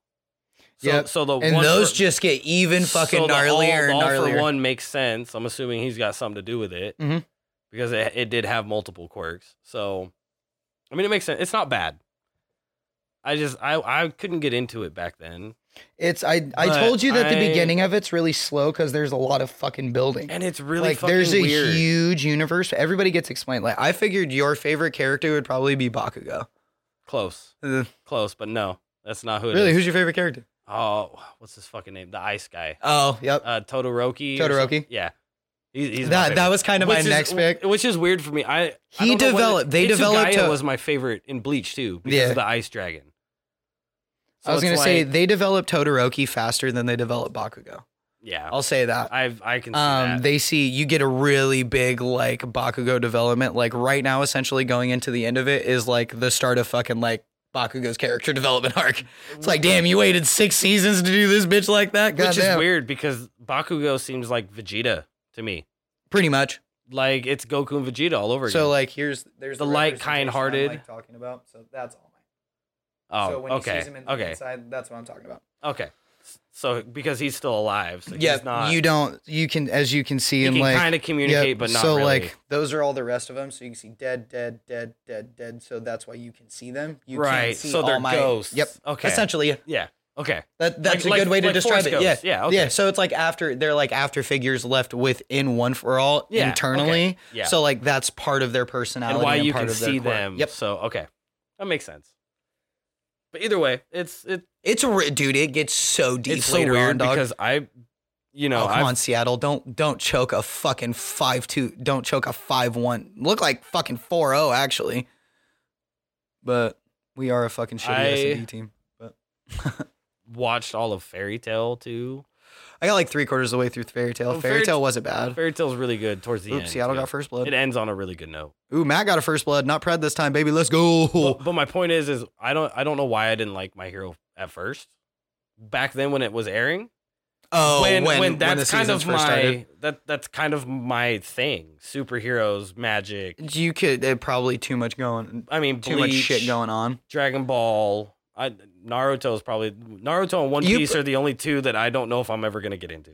Speaker 3: So,
Speaker 2: Yep.
Speaker 3: So the
Speaker 2: And
Speaker 3: one
Speaker 2: those
Speaker 3: for,
Speaker 2: just get even fucking
Speaker 3: so the all-
Speaker 2: gnarlier
Speaker 3: the all,
Speaker 2: and gnarlier.
Speaker 3: for one makes sense. I'm assuming he's got something to do with it
Speaker 2: Mhm.
Speaker 3: because it, it did have multiple quirks. So, I mean, it makes sense. It's not bad. I just I I couldn't get into it back then,
Speaker 2: It's I I
Speaker 3: But
Speaker 2: told you that the
Speaker 3: I-
Speaker 2: beginning of it's really slow because there's a lot of fucking building.
Speaker 3: and it's really
Speaker 2: like
Speaker 3: fucking
Speaker 2: there's a
Speaker 3: weird.
Speaker 2: huge universe. Everybody gets explained. Like I figured your favorite character would probably be Bakugo.
Speaker 3: close,
Speaker 2: Uh,
Speaker 3: close, but no, that's not who it is.
Speaker 2: really, who's your favorite character?
Speaker 3: Oh, what's his fucking name? The ice guy.
Speaker 2: Oh, yep.
Speaker 3: Uh, Todoroki. or
Speaker 2: Todoroki.
Speaker 3: something. Yeah. He's, he's
Speaker 2: that
Speaker 3: my
Speaker 2: that
Speaker 3: favorite.
Speaker 2: was kind of my
Speaker 3: Which is-
Speaker 2: next pick.
Speaker 3: Which is weird for me. I I
Speaker 2: He
Speaker 3: don't know what-
Speaker 2: developed- they developed
Speaker 3: Itsugaya
Speaker 2: a-
Speaker 3: was my favorite in Bleach too because
Speaker 2: Yeah.
Speaker 3: of the ice dragon. So
Speaker 2: I was
Speaker 3: it's
Speaker 2: gonna say
Speaker 3: like-
Speaker 2: they developed Todoroki faster than they developed Bakugo.
Speaker 3: yeah.
Speaker 2: I'll say that.
Speaker 3: I've I can see
Speaker 2: Um,
Speaker 3: that.
Speaker 2: they see you get a really big like Bakugo development. Like right now, essentially going into the end of it is like the start of fucking like Bakugo's character development arc. It's like, damn, you waited six seasons to do this bitch like that.
Speaker 3: which is
Speaker 2: Goddamn.
Speaker 3: weird because Bakugo seems like Vegeta to me.
Speaker 2: Pretty much.
Speaker 3: Like it's Goku and Vegeta all over
Speaker 2: So
Speaker 3: again.
Speaker 2: like here's there's
Speaker 3: The light,
Speaker 2: representation I
Speaker 3: kind-hearted.
Speaker 2: like talking about. So that's all.
Speaker 3: oh,
Speaker 2: so when
Speaker 3: okay,
Speaker 2: he sees him in the
Speaker 3: okay,
Speaker 2: inside, that's what I'm talking about.
Speaker 3: okay. So because he's still alive, so
Speaker 2: yeah,
Speaker 3: he's not.
Speaker 2: you don't. You can as you can see
Speaker 3: he
Speaker 2: in
Speaker 3: can
Speaker 2: like
Speaker 3: kind of communicate, but not
Speaker 2: so
Speaker 3: really.
Speaker 2: like those are all the rest of them. So you can see dead, dead, dead, dead, dead. So that's why you can see them. You
Speaker 3: right.
Speaker 2: Can't see
Speaker 3: so
Speaker 2: all
Speaker 3: they're
Speaker 2: my,
Speaker 3: ghosts.
Speaker 2: Yep.
Speaker 3: Okay.
Speaker 2: Essentially, yeah.
Speaker 3: Yeah. Okay.
Speaker 2: that that's a
Speaker 3: Like-
Speaker 2: good
Speaker 3: like-
Speaker 2: way to
Speaker 3: like
Speaker 2: describe
Speaker 3: Force
Speaker 2: it.
Speaker 3: Ghosts.
Speaker 2: Yeah.
Speaker 3: Yeah, okay.
Speaker 2: Yeah. So it's like after they're like after figures left within one for all
Speaker 3: Yeah, okay.
Speaker 2: internally.
Speaker 3: Yeah.
Speaker 2: So like that's part of their personality
Speaker 3: and why you
Speaker 2: part
Speaker 3: can
Speaker 2: of their
Speaker 3: see
Speaker 2: quirk.
Speaker 3: them.
Speaker 2: Yep.
Speaker 3: So okay, that makes sense. But either way, it's it,
Speaker 2: It's a ri- dude. It gets so deep
Speaker 3: it's so
Speaker 2: later
Speaker 3: weird
Speaker 2: on, dog.
Speaker 3: because I, you know,
Speaker 2: oh, come
Speaker 3: I've-
Speaker 2: on, Seattle. Don't don't choke a fucking five two. Don't choke a five one. Look like fucking four zero actually. But we are a fucking shitty
Speaker 3: I-
Speaker 2: S&D team. But
Speaker 3: watched all of Fairy Tale too.
Speaker 2: I got like three quarters of the way through Fairy Tale.
Speaker 3: Oh,
Speaker 2: fairy
Speaker 3: Fairy-
Speaker 2: Tale wasn't bad.
Speaker 3: Fairy Tale's really good towards the end.
Speaker 2: Oops, Seattle
Speaker 3: too.
Speaker 2: got first blood.
Speaker 3: It ends on a really good note.
Speaker 2: Ooh, Matt got a first blood. Not pred this time, baby. Let's go.
Speaker 3: But, but my point is, is I don't I don't know why I didn't like my hero at first. Back then, when it was airing,
Speaker 2: oh,
Speaker 3: when, when
Speaker 2: when
Speaker 3: that's
Speaker 2: the
Speaker 3: kind
Speaker 2: seasons
Speaker 3: of
Speaker 2: first started.
Speaker 3: my that that's kind of my thing. Superheroes, magic.
Speaker 2: You could it probably too much going,
Speaker 3: I mean,
Speaker 2: too much shit
Speaker 3: Bleach.
Speaker 2: going on.
Speaker 3: Dragon Ball. I Naruto is probably Naruto and One
Speaker 2: You-
Speaker 3: Piece are the only two that I don't know if I'm ever gonna get into.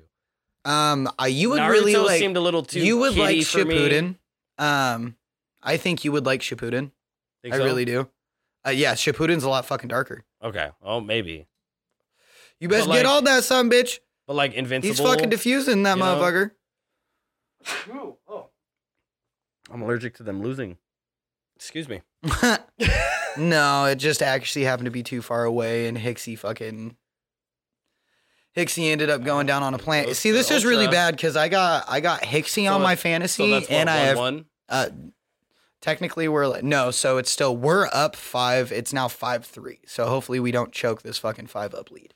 Speaker 2: Um, I- you would
Speaker 3: Naruto
Speaker 2: really like.
Speaker 3: seemed a little too.
Speaker 2: you would like
Speaker 3: kiddie for me.
Speaker 2: Shippuden. Um, I think you would like Shippuden.
Speaker 3: Think
Speaker 2: I
Speaker 3: so?
Speaker 2: really do. Uh, yeah, Shippuden's a lot fucking darker.
Speaker 3: Okay. Oh, maybe.
Speaker 2: You
Speaker 3: But,
Speaker 2: best
Speaker 3: like-
Speaker 2: get all that, son, bitch.
Speaker 3: But like Invincible,
Speaker 2: He's fucking diffusing that
Speaker 3: you know?
Speaker 2: motherfucker.
Speaker 3: I'm allergic to them losing. Excuse me.
Speaker 2: no, it just actually happened to be too far away, and Hixie fucking Hixie ended up going down on a planet.
Speaker 3: Uh, Those
Speaker 2: See, this
Speaker 3: are
Speaker 2: is really
Speaker 3: ultra.
Speaker 2: bad because I got I got Hixie
Speaker 3: So
Speaker 2: on my
Speaker 3: that's- So
Speaker 2: fantasy,
Speaker 3: that's what,
Speaker 2: and I
Speaker 3: one,
Speaker 2: have
Speaker 3: one.
Speaker 2: uh, technically we're like, no, so it's still we're up five. It's now five three. So hopefully we don't choke this fucking five up lead.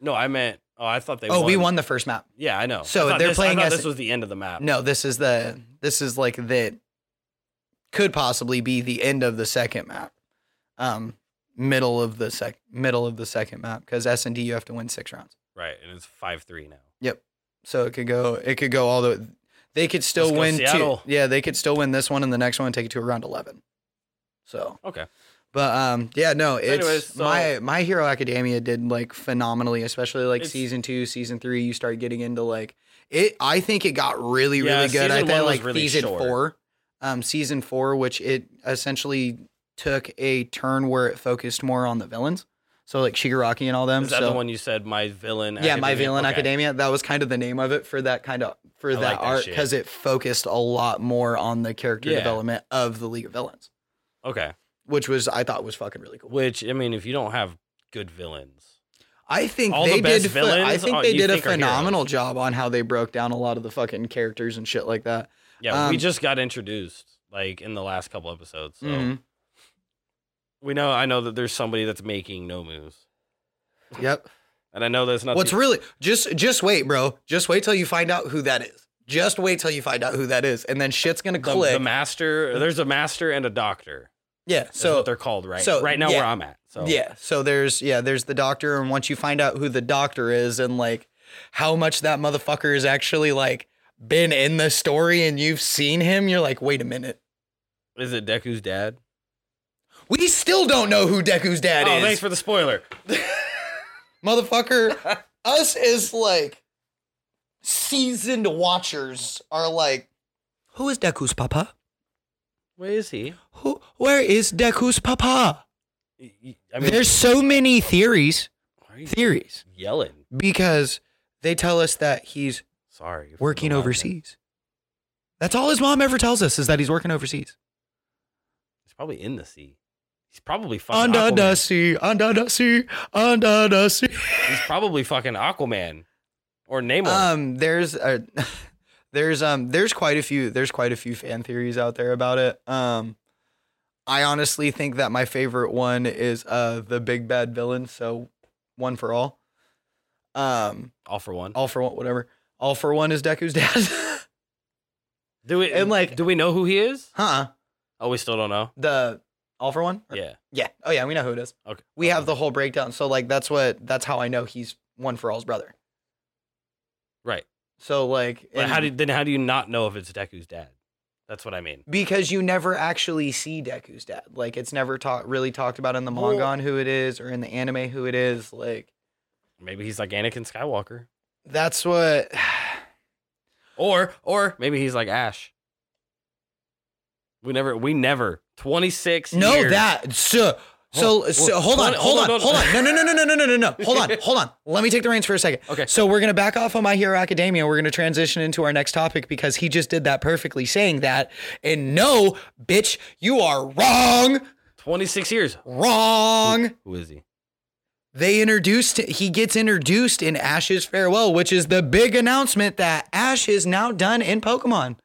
Speaker 3: No, I meant. Oh, I thought they.
Speaker 2: oh,
Speaker 3: won.
Speaker 2: we won the first map.
Speaker 3: Yeah, I know.
Speaker 2: So
Speaker 3: I thought
Speaker 2: they're
Speaker 3: this,
Speaker 2: playing
Speaker 3: I thought
Speaker 2: as-
Speaker 3: this was the end of the map.
Speaker 2: No, this is the this is like that could possibly be the end of the second map. Um middle of the sec middle of the second map because S and D you have to win six rounds.
Speaker 3: Right, and it's five three now.
Speaker 2: So it could go it could go all the they could still
Speaker 3: Let's go
Speaker 2: win two.
Speaker 3: Seattle.
Speaker 2: Yeah, they could still win this one and the next one and take it to a round eleven. So
Speaker 3: Okay.
Speaker 2: But um yeah, no, it's
Speaker 3: anyways, so-
Speaker 2: my my Hero Academia did like phenomenally, especially like
Speaker 3: It's-
Speaker 2: season two, season three, you start getting into like it I think it got really,
Speaker 3: Yeah,
Speaker 2: really good. I
Speaker 3: season
Speaker 2: think
Speaker 3: one was
Speaker 2: like
Speaker 3: really
Speaker 2: season
Speaker 3: short.
Speaker 2: four. Um season four, which it essentially took a turn where it focused more on the villains. So like Shigaraki and all them.
Speaker 3: Is that
Speaker 2: so
Speaker 3: the one you said? My villain.
Speaker 2: yeah, my villain
Speaker 3: Okay.
Speaker 2: academia. That was kind of the name of it for that kind of for
Speaker 3: I
Speaker 2: that
Speaker 3: like that
Speaker 2: art
Speaker 3: shit.
Speaker 2: because it focused a lot more on the character
Speaker 3: Yeah.
Speaker 2: development of the League of Villains,
Speaker 3: Okay.
Speaker 2: which was I thought was fucking really cool.
Speaker 3: Which I mean, if you don't have good villains,
Speaker 2: I think
Speaker 3: All the
Speaker 2: they
Speaker 3: best
Speaker 2: did. ph-
Speaker 3: villains
Speaker 2: I think
Speaker 3: are-
Speaker 2: they
Speaker 3: you
Speaker 2: did a
Speaker 3: think are heroes.
Speaker 2: phenomenal job on how they broke down a lot of the fucking characters and shit like that.
Speaker 3: yeah, we
Speaker 2: Um,
Speaker 3: just got introduced like in the last couple episodes. So
Speaker 2: Mhm.
Speaker 3: we know. I know that there's somebody that's making no moves,
Speaker 2: Yep.
Speaker 3: and I know that's not.
Speaker 2: What's
Speaker 3: the,
Speaker 2: really just just wait, bro. Just wait till you find out who that is. Just wait till you find out who that is, and then shit's gonna
Speaker 3: the,
Speaker 2: click.
Speaker 3: the master? There's a master and a doctor.
Speaker 2: yeah.
Speaker 3: So
Speaker 2: So
Speaker 3: what they're called right.
Speaker 2: so,
Speaker 3: right now
Speaker 2: yeah.
Speaker 3: where I'm at. So
Speaker 2: Yeah. So there's yeah, there's the doctor, and once you find out who the doctor is and like how much that motherfucker is actually like been in the story and you've seen him, you're like, wait a minute.
Speaker 3: Is it Deku's dad?
Speaker 2: We still don't know who Deku's dad
Speaker 3: oh,
Speaker 2: is.
Speaker 3: thanks for the spoiler.
Speaker 2: Motherfucker, us as like seasoned watchers are like Who is Deku's papa?
Speaker 3: Where is he?
Speaker 2: Who where is Deku's papa?
Speaker 3: Y- y- I mean,
Speaker 2: There's so many theories.
Speaker 3: why are you
Speaker 2: Theories.
Speaker 3: yelling.
Speaker 2: Because they tell us that he's
Speaker 3: Sorry. for
Speaker 2: working
Speaker 3: the loudness.
Speaker 2: overseas. That's all his mom ever tells us is that he's working overseas.
Speaker 3: He's probably in the sea. He's probably fucking
Speaker 2: Under the
Speaker 3: Aquaman.
Speaker 2: sea, under the sea, under the sea.
Speaker 3: He's probably fucking Aquaman or Namor.
Speaker 2: Um, there's a, there's um, there's quite a few, there's quite a few fan theories out there about it. Um, I honestly think that my favorite one is uh the big bad villain. So, one for all. Um,
Speaker 3: All for one.
Speaker 2: all for one, whatever. All for one is Deku's dad.
Speaker 3: Do we
Speaker 2: and, like-
Speaker 3: do we know who he is?
Speaker 2: huh?
Speaker 3: Oh, we still don't know.
Speaker 2: The all for one.
Speaker 3: Yeah.
Speaker 2: Yeah. Oh yeah, we know who it is.
Speaker 3: Okay.
Speaker 2: We have the whole breakdown. So like that's what that's how I know he's one for all's brother.
Speaker 3: right.
Speaker 2: So like
Speaker 3: But
Speaker 2: and-
Speaker 3: how do then how do you not know if it's Deku's dad? That's what I mean.
Speaker 2: because you never actually see Deku's dad. Like it's never taught really talked about in the
Speaker 3: Well-
Speaker 2: manga on who it is or in the anime who it is. Like
Speaker 3: Maybe he's like Anakin Skywalker,
Speaker 2: that's what
Speaker 3: or or maybe he's like Ash. We never we never twenty six.
Speaker 2: No
Speaker 3: years.
Speaker 2: that so so,
Speaker 3: Hold-
Speaker 2: so hold on,
Speaker 3: hold-
Speaker 2: hold on,
Speaker 3: hold
Speaker 2: hold
Speaker 3: on, hold on.
Speaker 2: on. No, no, no, no, no, no, no, no, no. Hold on, hold on. Let me take the reins for a second.
Speaker 3: Okay.
Speaker 2: So we're gonna back off on My Hero Academia. We're gonna transition into our next topic because he just did that perfectly, saying that. And no, bitch, you are wrong,
Speaker 3: twenty six years.
Speaker 2: wrong.
Speaker 3: Who is he?
Speaker 2: They introduced. He gets introduced in Ash's farewell, which is the big announcement that Ash is now done in Pokemon.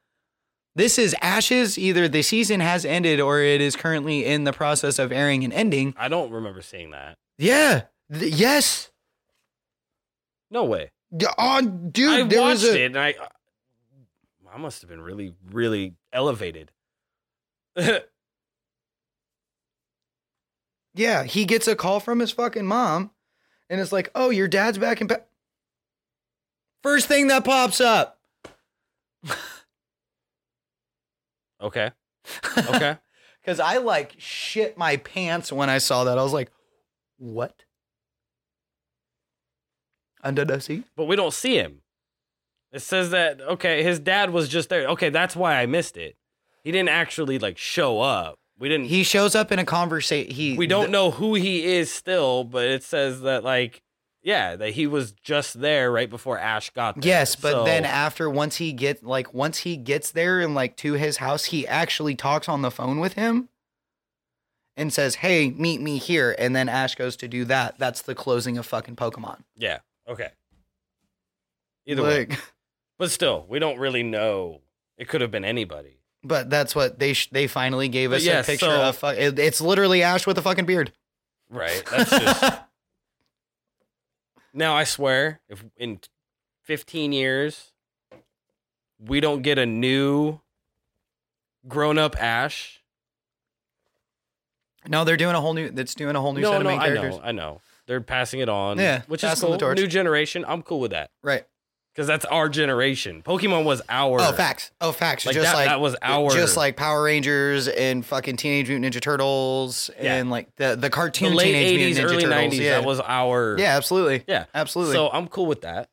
Speaker 2: This is Ash's. Either the season has ended, or it is currently in the process of airing and ending.
Speaker 3: I don't remember seeing that.
Speaker 2: Yeah. Th- yes.
Speaker 3: No way.
Speaker 2: D- On dude,
Speaker 3: I
Speaker 2: there was
Speaker 3: watched
Speaker 2: a
Speaker 3: it and I I must have been really really elevated.
Speaker 2: yeah. He gets a call from his fucking mom, and it's like, "Oh, your dad's back in." Pa-. First thing that pops up.
Speaker 3: okay. Okay.
Speaker 2: Because I like shit my pants when I saw that. I was like, what? Under the sea?
Speaker 3: but we don't see him. It says that okay, his dad was just there. Okay, that's why I missed it. He didn't actually like show up. We didn't.
Speaker 2: He shows up in a conversation. He
Speaker 3: we don't know who he is still, but it says that like Yeah, that he was just there right before Ash got there.
Speaker 2: Yes, but
Speaker 3: So-
Speaker 2: then after once he get like once he gets there and like to his house, he actually talks on the phone with him and says, "Hey, meet me here." And then Ash goes to do that. That's the closing of fucking Pokemon.
Speaker 3: yeah, okay. Either way,
Speaker 2: Like,
Speaker 3: but still, we don't really know. It could have been anybody.
Speaker 2: but that's what they sh- they finally gave
Speaker 3: But
Speaker 2: us
Speaker 3: yeah,
Speaker 2: a picture
Speaker 3: so-
Speaker 2: of. Fu- it- it's literally Ash with a fucking beard.
Speaker 3: Right. That's just now I swear, if in fifteen years we don't get a new grown up Ash.
Speaker 2: no, they're doing a whole new. That's doing a whole new
Speaker 3: No,
Speaker 2: set
Speaker 3: no,
Speaker 2: of main
Speaker 3: I
Speaker 2: characters.
Speaker 3: know, I know. They're passing it on.
Speaker 2: Yeah,
Speaker 3: Which is
Speaker 2: passing the
Speaker 3: cool.
Speaker 2: torch.
Speaker 3: New generation. I'm cool with that.
Speaker 2: Right.
Speaker 3: Because that's our generation. Pokemon was our
Speaker 2: Oh, facts. Oh, facts.
Speaker 3: Like,
Speaker 2: just
Speaker 3: that-
Speaker 2: like
Speaker 3: that was our-
Speaker 2: just like Power Rangers and fucking Teenage Mutant Ninja Turtles
Speaker 3: Yeah.
Speaker 2: and like the the
Speaker 3: the
Speaker 2: cartoon
Speaker 3: late
Speaker 2: Teenage
Speaker 3: eighties,
Speaker 2: Mutant Ninja
Speaker 3: early
Speaker 2: Turtles.
Speaker 3: nineties.
Speaker 2: yeah.
Speaker 3: That was our
Speaker 2: yeah, absolutely.
Speaker 3: Yeah.
Speaker 2: absolutely.
Speaker 3: So I'm cool with that.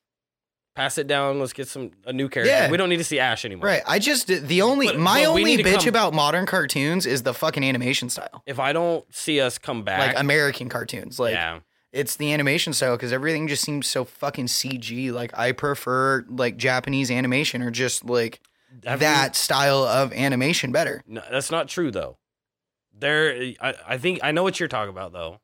Speaker 3: Pass it down. Let's get some a new character.
Speaker 2: Yeah.
Speaker 3: We don't need to see Ash anymore.
Speaker 2: right. I just the only
Speaker 3: But-
Speaker 2: my
Speaker 3: but we
Speaker 2: only
Speaker 3: need to
Speaker 2: bitch
Speaker 3: come-
Speaker 2: about modern cartoons is the fucking animation style,
Speaker 3: If I don't see us come back,
Speaker 2: like American cartoons. Like
Speaker 3: yeah,
Speaker 2: it's the animation style because everything just seems so fucking CG. Like I prefer like Japanese animation or just like
Speaker 3: Have
Speaker 2: that style of animation better.
Speaker 3: you- no, that's not true though. There, I, I think I know what you're talking about though.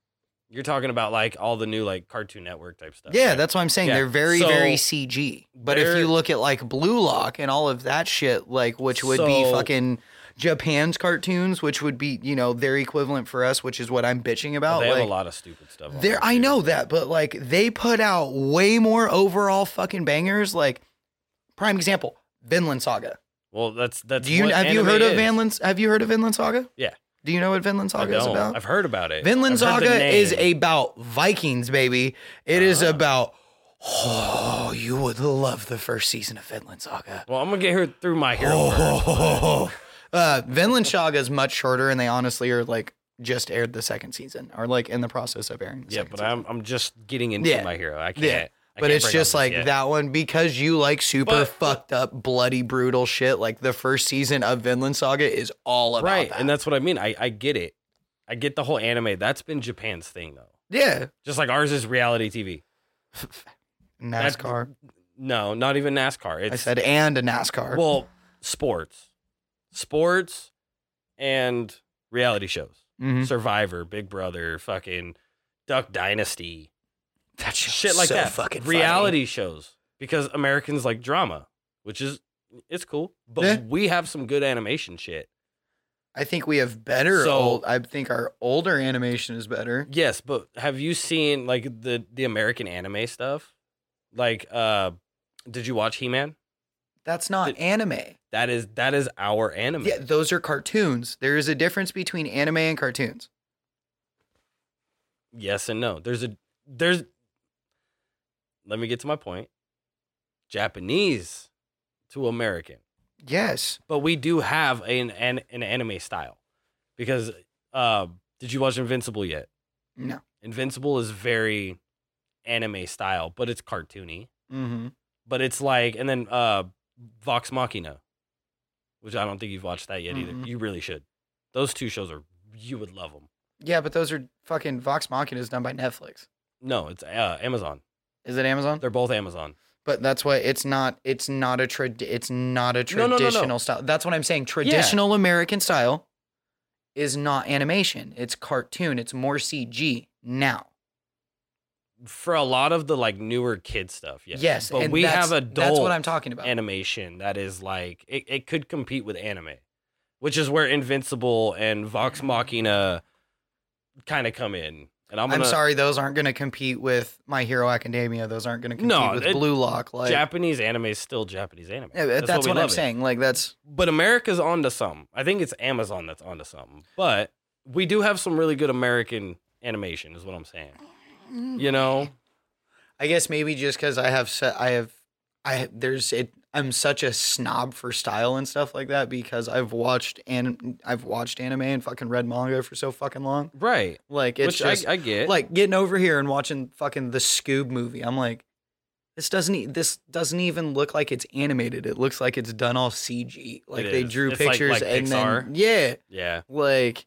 Speaker 3: You're talking about like all the new like Cartoon Network type stuff.
Speaker 2: Yeah, that's what I'm saying.
Speaker 3: Yeah.
Speaker 2: They're very,
Speaker 3: So,
Speaker 2: very CG. But if
Speaker 3: they're-
Speaker 2: you look at like Blue Lock and all of that shit, like which would be
Speaker 3: So-
Speaker 2: fucking Japan's cartoons, which would be you know their equivalent for us, which is what I'm bitching about.
Speaker 3: Oh, they have
Speaker 2: oh, like,
Speaker 3: a lot of stupid stuff. on
Speaker 2: There, I
Speaker 3: too.
Speaker 2: know that, but like they put out way more overall fucking bangers. Like prime example, Vinland Saga.
Speaker 3: Well, that's that's.
Speaker 2: Do you
Speaker 3: what
Speaker 2: have you
Speaker 3: anime
Speaker 2: heard of
Speaker 3: is.
Speaker 2: Vinland? Have you heard of Vinland Saga?
Speaker 3: Yeah.
Speaker 2: Do you know what Vinland
Speaker 3: I
Speaker 2: Saga is
Speaker 3: don't.
Speaker 2: about?
Speaker 3: I've heard about it.
Speaker 2: Vinland
Speaker 3: I've heard the
Speaker 2: Saga is
Speaker 3: name.
Speaker 2: about Vikings, baby. It is
Speaker 3: Ah.
Speaker 2: about. Oh, you would love the first season of Vinland Saga.
Speaker 3: Well, I'm gonna get her through my hero. first.
Speaker 2: Oh, uh, Vinland Saga is much shorter, and they honestly are like just aired the second season, or like in the process of airing. The
Speaker 3: Yeah,
Speaker 2: second
Speaker 3: but
Speaker 2: season.
Speaker 3: I'm I'm just getting into
Speaker 2: Yeah.
Speaker 3: my hero. I can't.
Speaker 2: Yeah.
Speaker 3: I
Speaker 2: But
Speaker 3: can't
Speaker 2: it's
Speaker 3: break
Speaker 2: just
Speaker 3: off this
Speaker 2: like
Speaker 3: yet.
Speaker 2: that one because you like super
Speaker 3: But-
Speaker 2: fucked up, bloody, brutal shit. Like the first season of Vinland Saga is all about
Speaker 3: right,
Speaker 2: that.
Speaker 3: and that's what I mean. I I get it. I get the whole anime. That's been Japan's thing though.
Speaker 2: yeah,
Speaker 3: Just like ours is reality TV.
Speaker 2: NASCAR.
Speaker 3: No, not even NASCAR. It's
Speaker 2: I said and a NASCAR.
Speaker 3: well, sports, sports, and reality shows.
Speaker 2: Mhm.
Speaker 3: Survivor, Big Brother, fucking Duck Dynasty,
Speaker 2: that
Speaker 3: shit
Speaker 2: was
Speaker 3: like
Speaker 2: so
Speaker 3: that.
Speaker 2: Fucking funny.
Speaker 3: reality shows because Americans like drama, which is it's cool. But
Speaker 2: Yeah.
Speaker 3: we have some good animation shit.
Speaker 2: I think we have better.
Speaker 3: So-
Speaker 2: old, I think our older animation is better.
Speaker 3: Yes, but have you seen like the the American anime stuff? Like, uh, did you watch He Man?
Speaker 2: That's not
Speaker 3: It-
Speaker 2: anime.
Speaker 3: That is that is our anime.
Speaker 2: Yeah, those are cartoons. There is a difference between anime and cartoons.
Speaker 3: Yes and no. There's a there's. Let me get to my point. Japanese to American,
Speaker 2: Yes.
Speaker 3: but we do have an an, an anime style because uh, did you watch Invincible yet?
Speaker 2: No.
Speaker 3: Invincible is very anime style, but it's cartoony.
Speaker 2: Mm-hmm.
Speaker 3: but it's like and then uh Vox Machina, which I don't think you've watched that yet
Speaker 2: Mhm.
Speaker 3: either. You really should. Those two shows are you would love them.
Speaker 2: Yeah, but those are fucking Vox Machina is done by Netflix.
Speaker 3: No, it's uh, Amazon.
Speaker 2: Is it Amazon?
Speaker 3: They're both Amazon.
Speaker 2: But that's what it's not. It's not a trad. It's not a
Speaker 3: No, no, no,
Speaker 2: traditional
Speaker 3: no.
Speaker 2: style. That's what I'm saying. Traditional American style is not animation. It's cartoon. It's more CG now.
Speaker 3: For a lot of the like newer kid stuff, yes.
Speaker 2: Yes,
Speaker 3: but
Speaker 2: and
Speaker 3: we
Speaker 2: that's-
Speaker 3: have adult
Speaker 2: That's what I'm talking about.
Speaker 3: animation that is like it, it could compete with anime, which is where Invincible and Vox Machina kind of come in. And I'm,
Speaker 2: I'm,
Speaker 3: gonna,
Speaker 2: sorry, those aren't going to compete with My Hero Academia. Those aren't going to compete
Speaker 3: No,
Speaker 2: with
Speaker 3: it-
Speaker 2: Blue Lock. Like
Speaker 3: Japanese anime is still Japanese anime.
Speaker 2: Yeah, that's,
Speaker 3: we
Speaker 2: what, I'm
Speaker 3: love it.
Speaker 2: saying. Like that's
Speaker 3: but America's onto something. I think it's Amazon that's onto something. But we do have some really good American animation, is what I'm saying. You know,
Speaker 2: Mm-hmm. I guess maybe just because I have se- I have I there's it I'm such a snob for style and stuff like that because I've watched and I've watched anime and fucking read manga for so fucking long.
Speaker 3: right?
Speaker 2: Like it's
Speaker 3: Which
Speaker 2: just
Speaker 3: I, I get.
Speaker 2: like getting over here and watching fucking the Scoob movie. I'm like, this doesn't e- this doesn't even look like it's animated. It looks like it's done all CG. Like they
Speaker 3: is.
Speaker 2: drew
Speaker 3: It's like-
Speaker 2: pictures
Speaker 3: like
Speaker 2: and
Speaker 3: Pixar.
Speaker 2: then yeah,
Speaker 3: yeah,
Speaker 2: like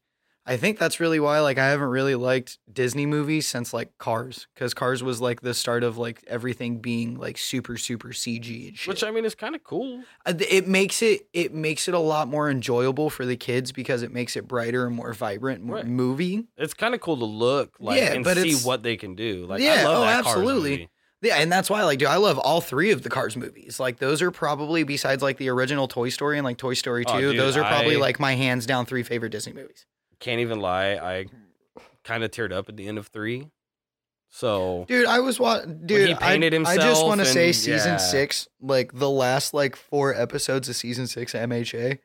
Speaker 4: I think that's really why like I haven't really liked Disney movies since like Cars cuz Cars was like the start of like everything being like super super CG and shit.
Speaker 3: Which I mean is kind of cool.
Speaker 4: Uh, th- it makes it it makes it a lot more enjoyable for the kids because it makes it brighter and more vibrant, more
Speaker 3: Right.
Speaker 4: movie.
Speaker 3: It's kind of cool to look like
Speaker 4: Yeah,
Speaker 3: and
Speaker 4: but
Speaker 3: see
Speaker 4: it's-
Speaker 3: what they can do. Like I
Speaker 4: Yeah,
Speaker 3: love
Speaker 4: oh,
Speaker 3: that Cars
Speaker 4: absolutely.
Speaker 3: movie.
Speaker 4: Yeah, and that's why like dude, I love all three of the Cars
Speaker 2: Cars movies. Like those are probably besides like the original Toy Story and like Toy Story 2,
Speaker 3: Oh, dude,
Speaker 2: those are probably
Speaker 3: I-
Speaker 2: like my hands down three favorite Disney movies.
Speaker 3: Can't even lie, I kind of teared up at the end of 3. So
Speaker 2: Dude, I was wa- dude,
Speaker 3: he
Speaker 2: I-
Speaker 3: painted
Speaker 2: I just
Speaker 3: himself
Speaker 2: want to say
Speaker 3: and-
Speaker 2: season
Speaker 3: yeah.
Speaker 2: 6, like the last like 4 episodes of season 6 of MHA.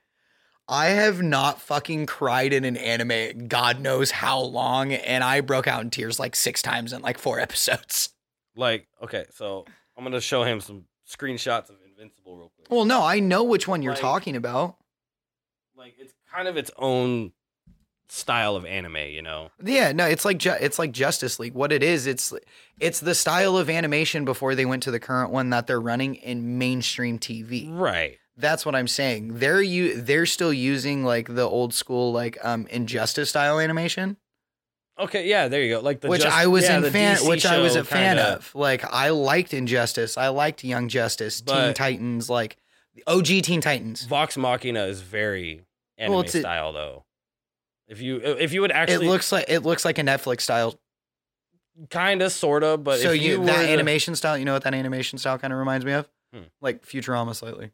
Speaker 2: I have not fucking cried in an anime god knows how long and I broke out in tears like 6 times in like 4 episodes.
Speaker 3: like okay, so I'm going to show him some screenshots of Invincible real quick.
Speaker 2: Well, no, I know which one you're
Speaker 3: Like-
Speaker 2: talking about.
Speaker 3: Like it's kind of its own style of anime, you know.
Speaker 2: Yeah, no, it's like ju- it's like Justice League. What it is, it's it's the style of animation before they went to the current one that they're running in mainstream TV.
Speaker 3: Right.
Speaker 2: That's what I'm saying. They're you they're still using like the old school like um Injustice style animation,
Speaker 3: Okay, yeah, there you go. Like the
Speaker 2: which
Speaker 3: Just-
Speaker 2: I was
Speaker 3: yeah,
Speaker 2: in
Speaker 3: the
Speaker 2: fan
Speaker 3: DC
Speaker 2: which I was
Speaker 3: show
Speaker 2: a fan
Speaker 3: kinda.
Speaker 2: of. Like I liked Injustice. I liked Young Justice, Teen
Speaker 3: But-
Speaker 2: Titans, like OG Teen Titans.
Speaker 3: Vox Machina is very anime
Speaker 2: Well, it's a-
Speaker 3: style though. If you if you would actually
Speaker 2: it looks like it looks like a Netflix style.
Speaker 3: kind of sort of, but
Speaker 2: so
Speaker 3: if you,
Speaker 2: you,
Speaker 3: were
Speaker 2: that
Speaker 3: to-
Speaker 2: animation style, you know what that animation style kind of reminds me of?
Speaker 3: Hmm.
Speaker 2: Like Futurama slightly.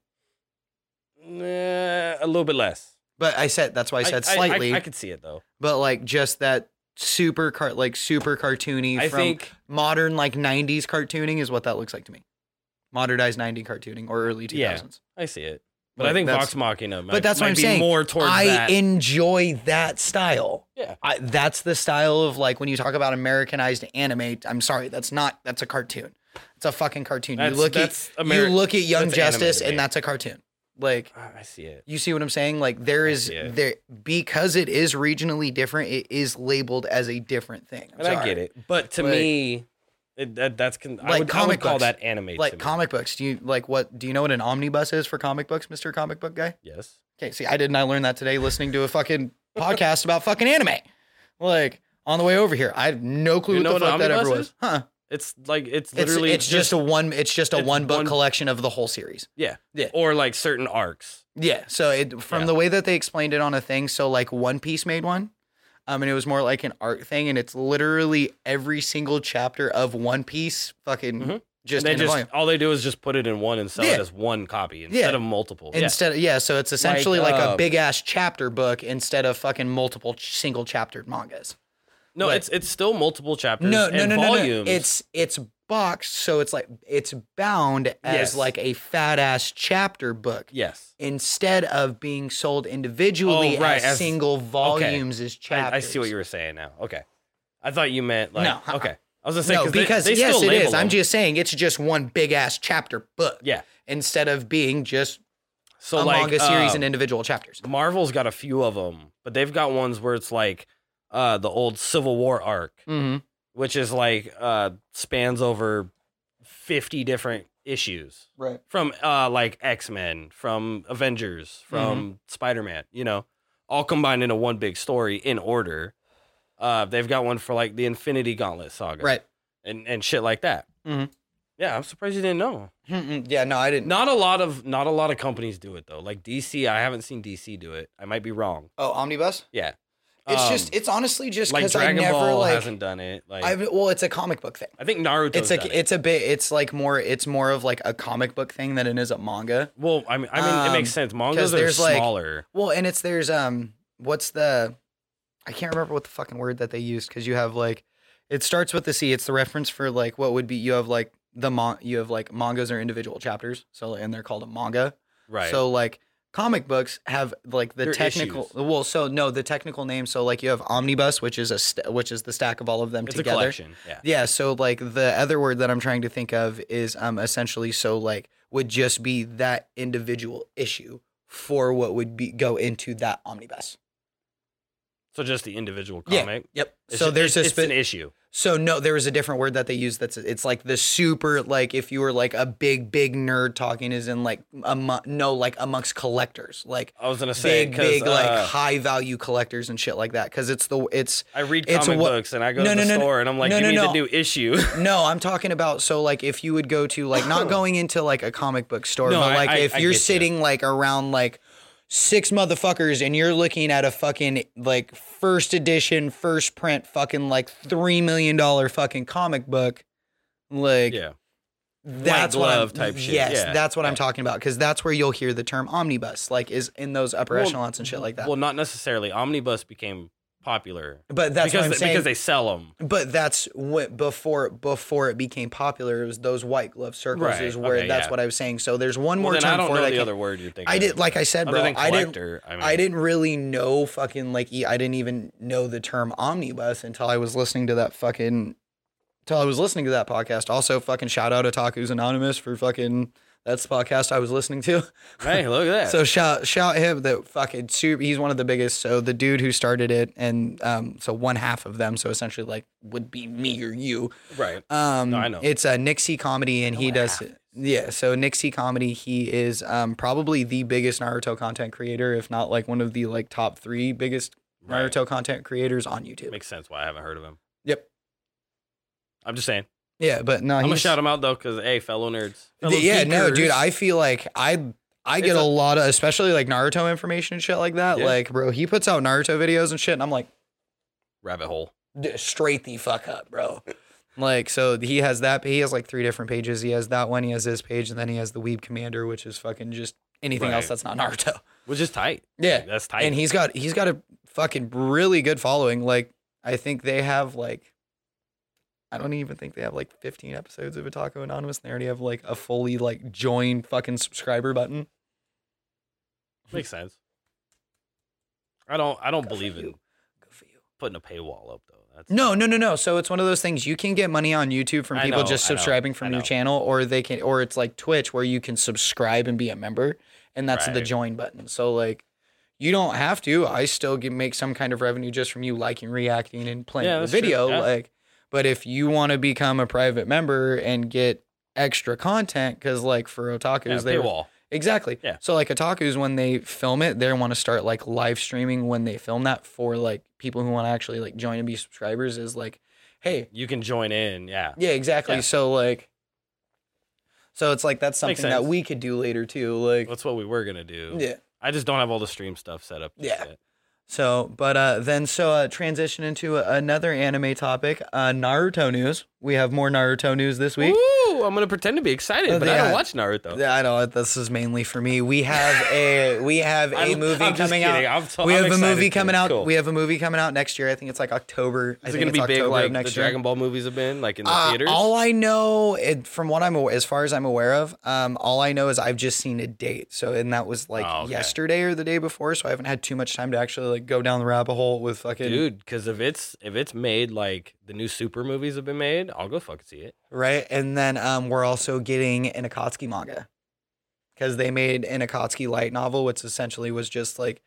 Speaker 3: Nah, Eh, a little bit less.
Speaker 2: But I said that's why I said slightly,
Speaker 3: I, could see it though.
Speaker 2: but like just that super car like super cartoony
Speaker 3: I
Speaker 2: from
Speaker 3: think
Speaker 2: modern like 90s cartooning is what that looks like to me. Modernized 90 cartooning or early 2000s.
Speaker 3: Yeah, I see it, but
Speaker 2: Like,
Speaker 3: I think
Speaker 2: that's-
Speaker 3: Vox Machina. Might,
Speaker 2: but that's what
Speaker 3: might
Speaker 2: I'm
Speaker 3: be
Speaker 2: saying.
Speaker 3: More towards
Speaker 2: I
Speaker 3: that.
Speaker 2: enjoy that style.
Speaker 3: Yeah.
Speaker 2: I, that's the style of like when you talk about Americanized anime. I'm sorry, that's not that's a cartoon. It's a fucking cartoon.
Speaker 3: That's-
Speaker 2: you look at
Speaker 3: that's
Speaker 2: you
Speaker 3: Ameri-
Speaker 2: look at Young
Speaker 3: that's anime to
Speaker 2: Justice
Speaker 3: me.
Speaker 2: and that's a cartoon. Like
Speaker 3: Ah, I see it.
Speaker 2: You see what I'm saying? Like there is
Speaker 3: see it.
Speaker 2: there because it is regionally different. It is labeled as a different thing. I'm
Speaker 3: And I
Speaker 2: sorry.
Speaker 3: get it, but to
Speaker 2: Like-
Speaker 3: me, it, that, that's con- I
Speaker 2: Like
Speaker 3: would, I
Speaker 2: comic
Speaker 3: would call
Speaker 2: books.
Speaker 3: that anime. to
Speaker 2: Like
Speaker 3: me.
Speaker 2: comic books. Do you like what? Do you know what an omnibus is for comic books, Mister Comic Book Guy?
Speaker 3: Yes.
Speaker 2: Okay, see, I did not learn that today listening to a fucking podcast about fucking anime. Like on the way over here, I have no clue
Speaker 3: You know
Speaker 2: what the
Speaker 3: what
Speaker 2: fuck
Speaker 3: an
Speaker 2: that ever
Speaker 3: omnibus
Speaker 2: was.
Speaker 3: is?
Speaker 2: Huh?
Speaker 3: It's like it's
Speaker 2: It's,
Speaker 3: literally
Speaker 2: it's just, a one. It's just a
Speaker 3: it's
Speaker 2: one book
Speaker 3: one-
Speaker 2: collection of the whole series.
Speaker 3: yeah
Speaker 2: Yeah.
Speaker 3: or like certain arcs.
Speaker 2: Yeah. So it from
Speaker 3: Yeah.
Speaker 2: the way that they explained it on a thing, so like One Piece made one. Um, and it was more like an art thing, and it's literally every single chapter of One Piece fucking
Speaker 3: Mhm.
Speaker 2: just
Speaker 3: they
Speaker 2: in a
Speaker 3: just
Speaker 2: volume.
Speaker 3: all they do is just put it in one and sell
Speaker 2: Yeah.
Speaker 3: it as one copy instead of multiple. Yeah.
Speaker 2: Instead, yeah. so it's essentially like, a
Speaker 3: um,
Speaker 2: big ass chapter book instead of fucking multiple ch- single chaptered mangas.
Speaker 3: No,
Speaker 2: Like-
Speaker 3: it's it's still multiple chapters.
Speaker 2: No, no,
Speaker 3: and
Speaker 2: no, no, no.
Speaker 3: volumes.
Speaker 2: It's it's boxed, so it's like it's bound as
Speaker 3: Yes.
Speaker 2: like a fat ass chapter book
Speaker 3: yes.
Speaker 2: instead of being sold individually
Speaker 3: Oh, right,
Speaker 2: as,
Speaker 3: as-
Speaker 2: single volumes as
Speaker 3: I,
Speaker 2: chapters.
Speaker 3: I see what you were saying now. Okay, I thought you meant like
Speaker 2: No, uh-uh.
Speaker 3: okay. I was gonna say
Speaker 2: No,
Speaker 3: they-
Speaker 2: because
Speaker 3: they,
Speaker 2: yes,
Speaker 3: still
Speaker 2: it
Speaker 3: label
Speaker 2: is. I'm
Speaker 3: them.
Speaker 2: just saying it's just one big ass chapter book
Speaker 3: yeah.
Speaker 2: instead of being just
Speaker 3: So
Speaker 2: a
Speaker 3: like
Speaker 2: manga series
Speaker 3: um,
Speaker 2: and individual chapters.
Speaker 3: Marvel's got a few of them, but they've got ones where it's like uh, the old Civil War arc,
Speaker 2: Mm-hmm.
Speaker 3: which is like uh, spans over fifty different issues
Speaker 2: Right.
Speaker 3: from uh, like X Men, from Avengers,
Speaker 2: Mm-hmm.
Speaker 3: from Spider Man. You know, all combined into one big story in order. Uh, they've got one for like the Infinity Gauntlet saga,
Speaker 2: Right.
Speaker 3: and and shit like that.
Speaker 2: Mhm.
Speaker 3: Yeah, I'm surprised you didn't know.
Speaker 2: Mm-mm. Yeah. No, I didn't.
Speaker 3: Mm-hmm. Not a lot of not a lot of companies do it though. Like DC, I haven't seen DC do it. I might be wrong.
Speaker 2: Oh, omnibus.
Speaker 3: Yeah,
Speaker 2: It's
Speaker 3: Um,
Speaker 2: just. It's honestly just
Speaker 3: like
Speaker 2: because I
Speaker 3: Dragon
Speaker 2: never
Speaker 3: Ball
Speaker 2: like.
Speaker 3: hasn't done it. Like
Speaker 2: I
Speaker 3: i
Speaker 2: well, it's a comic book thing.
Speaker 3: think Naruto.
Speaker 2: It's like it's a bit. It's like more. It's more of like a comic book thing than it is a manga.
Speaker 3: well, I mean, I mean, it makes
Speaker 2: um,
Speaker 3: sense.
Speaker 2: 'cause
Speaker 3: Mangas are
Speaker 2: there's, like-
Speaker 3: smaller.
Speaker 2: Well, and it's there's um what's the I can't remember what the fucking word that they used because you have like it starts with the C. It's the reference for like what would be you have like the mon you have like mangas or individual chapters. So and they're called a manga.
Speaker 3: right.
Speaker 2: So like comic books have like the
Speaker 3: They're
Speaker 2: technical
Speaker 3: issues.
Speaker 2: well so no the technical name so like you have omnibus which is a st- which is the stack of all of them
Speaker 3: it's a
Speaker 2: together.
Speaker 3: collection. Yeah.
Speaker 2: Yeah, so like the other word that I'm trying to think of is um essentially so like would just be that individual issue for what would be go into that omnibus.
Speaker 3: So just the individual
Speaker 5: Yeah.
Speaker 3: comic.
Speaker 5: Yep.
Speaker 3: It's
Speaker 5: so
Speaker 3: ju-
Speaker 5: there's
Speaker 3: it's,
Speaker 5: a
Speaker 3: it's an
Speaker 5: spin.
Speaker 3: issue.
Speaker 5: So no,
Speaker 2: Oh, there was a different word that they used. That's it's like the super like if you were like a big big nerd talking is in like amo- no like amongst collectors like
Speaker 3: I was gonna say
Speaker 2: big
Speaker 3: 'cause,
Speaker 2: big
Speaker 3: uh,
Speaker 2: like high value collectors and shit like that because it's the it's
Speaker 3: I read
Speaker 2: it's
Speaker 3: comic
Speaker 2: what-
Speaker 3: books and I go
Speaker 2: No,
Speaker 3: to the
Speaker 2: no, no, no.
Speaker 3: store and I'm like,
Speaker 2: No,
Speaker 3: give
Speaker 2: no,
Speaker 3: me
Speaker 2: no.
Speaker 3: the new issue.
Speaker 2: no I'm talking about so like if you would go to like not going into like a comic book store
Speaker 3: No,
Speaker 2: but
Speaker 3: I-
Speaker 2: like
Speaker 3: I-
Speaker 2: if
Speaker 3: I
Speaker 2: you're
Speaker 3: get ya.
Speaker 2: sitting like around like six motherfuckers and you're looking at a fucking like first edition first print fucking like three million dollar fucking comic book like
Speaker 3: yeah.
Speaker 2: that's what I'm,
Speaker 3: glove type shit.
Speaker 2: Yes,
Speaker 3: Yeah,
Speaker 2: that's what I'm
Speaker 3: yeah.
Speaker 2: talking about because that's where you'll hear the term omnibus, like is in those upper
Speaker 3: Well,
Speaker 2: echelons and shit like that.
Speaker 3: Well, not necessarily. Omnibus became popular
Speaker 2: but that's
Speaker 3: because
Speaker 2: what I'm
Speaker 3: they,
Speaker 2: saying.
Speaker 3: because they sell them.
Speaker 2: but that's what before before it became popular. It was those white glove circles
Speaker 3: Right,
Speaker 2: is where
Speaker 3: okay,
Speaker 2: that's
Speaker 3: yeah.
Speaker 2: what I was saying. So there's one more
Speaker 3: Well, then I
Speaker 2: time
Speaker 3: don't
Speaker 2: for
Speaker 3: know
Speaker 2: it.
Speaker 3: the
Speaker 2: I, can't-
Speaker 3: other word you're thinking.
Speaker 2: I did, like I said,
Speaker 3: other
Speaker 2: bro.
Speaker 3: than
Speaker 2: I didn't.
Speaker 3: collector. I, mean,
Speaker 2: I didn't really know fucking like e- I didn't even know the term omnibus until I was listening to that fucking until I was listening to that podcast. Also, fucking shout out Otaku's Anonymous for fucking that's the podcast I was listening to.
Speaker 3: Hey, look at that.
Speaker 2: So shout shout him that fucking super. He's one of the biggest. So the dude who started it, and um, so one half of them. So essentially, like would be me or you.
Speaker 3: right.
Speaker 2: Um,
Speaker 3: No, I know.
Speaker 2: It's a Nixie comedy, and he does. Yeah, so Nixie comedy. He is um probably the biggest Naruto content creator, if not like one of the like top three biggest
Speaker 3: Right.
Speaker 2: Naruto content creators on YouTube.
Speaker 3: Makes sense why I haven't heard of him.
Speaker 2: Yep.
Speaker 3: I'm just saying.
Speaker 2: Yeah, but no,
Speaker 3: I'm
Speaker 2: he's,
Speaker 3: gonna shout him out though, because hey, fellow nerds. Fellow
Speaker 2: yeah, no, dude.
Speaker 3: geekers.
Speaker 2: I feel like I I get
Speaker 3: It's
Speaker 2: a,
Speaker 3: a-
Speaker 2: lot of, especially like Naruto information and shit like that.
Speaker 3: Yeah.
Speaker 2: Like, bro, he puts out Naruto videos and shit, and I'm like.
Speaker 3: rabbit hole.
Speaker 2: d- straight the fuck up, bro. Like so, he has that. He has like three different pages. He has that one. He has this page, and then he has the Weeb Commander, which is fucking just anything else
Speaker 3: Right.
Speaker 2: that's not Naruto.
Speaker 3: Which is tight.
Speaker 2: Yeah,
Speaker 3: That's tight.
Speaker 2: and he's got he's got a fucking really good following. Like I think they have like, I don't even think they have like 15 episodes of Otaku Anonymous. And they already have like a fully like join fucking subscriber button.
Speaker 3: Makes sense. I don't. I don't believe in
Speaker 2: you. Good for you.
Speaker 3: putting a paywall up though. That's
Speaker 2: No, no, no, no. So it's one of those things you can get money on YouTube from
Speaker 3: I
Speaker 2: people
Speaker 3: know,
Speaker 2: just
Speaker 3: I know,
Speaker 2: subscribing
Speaker 3: I
Speaker 2: from your
Speaker 3: know.
Speaker 2: channel, or they can, or it's like Twitch where you can subscribe and be a member, and that's the
Speaker 3: Right.
Speaker 2: join button. So like, you don't have to. I still get, make some kind of revenue just from you liking, reacting, and playing
Speaker 3: Yeah,
Speaker 2: the
Speaker 3: that's true.
Speaker 2: video.
Speaker 3: Yeah.
Speaker 2: Like, but if you want to become a private member and get extra content, because like for otakus,
Speaker 3: yeah,
Speaker 2: they
Speaker 3: paywall.
Speaker 2: Exactly.
Speaker 3: Yeah.
Speaker 2: So like otakus when they film it, they want to start like live streaming when they film that for like people who want to actually like join and be subscribers is like, hey,
Speaker 3: You can join in. Yeah.
Speaker 2: yeah, exactly.
Speaker 3: Yeah.
Speaker 2: So like so it's like that's
Speaker 3: Makes
Speaker 2: something that
Speaker 3: sense.
Speaker 2: we could do later too. Like
Speaker 3: That's what we were gonna do.
Speaker 2: Yeah.
Speaker 3: I just don't have all the stream stuff set up. just
Speaker 2: Yeah.
Speaker 3: yet.
Speaker 2: So but uh then so uh transition into a, another anime topic, uh Naruto news. We have more Naruto news this week.
Speaker 3: Ooh, I'm gonna pretend to be excited,
Speaker 2: Uh,
Speaker 3: but I don't
Speaker 2: yeah.
Speaker 3: watch Naruto.
Speaker 2: Yeah, I know this is mainly for me. We have a we have a
Speaker 3: I'm-
Speaker 2: movie
Speaker 3: I'm just
Speaker 2: coming
Speaker 3: kidding.
Speaker 2: out.
Speaker 3: I'm so-
Speaker 2: we
Speaker 3: I'm
Speaker 2: have a
Speaker 3: excited
Speaker 2: movie
Speaker 3: for
Speaker 2: coming
Speaker 3: it.
Speaker 2: out.
Speaker 3: Cool.
Speaker 2: We have a movie coming out next year. I think it's like October. I
Speaker 3: Is it
Speaker 2: think
Speaker 3: gonna
Speaker 2: it's
Speaker 3: be big
Speaker 2: October of
Speaker 3: like
Speaker 2: next
Speaker 3: the
Speaker 2: year.
Speaker 3: Dragon Ball movies have been, like in the
Speaker 2: Uh,
Speaker 3: theaters?
Speaker 2: all I know, it, from what I'm aware, as far as I'm aware of, um, all I know is I've just seen a date. So, and that was like
Speaker 3: Oh, okay.
Speaker 2: yesterday or the day before. So I haven't had too much time to actually like go down the rabbit hole with fucking
Speaker 3: Dude, because if it's if it's made like the new super movies have been made, I'll go fucking see it.
Speaker 2: right? And then um, we're also getting an Akatsuki manga because they made an Akatsuki light novel, which essentially was just like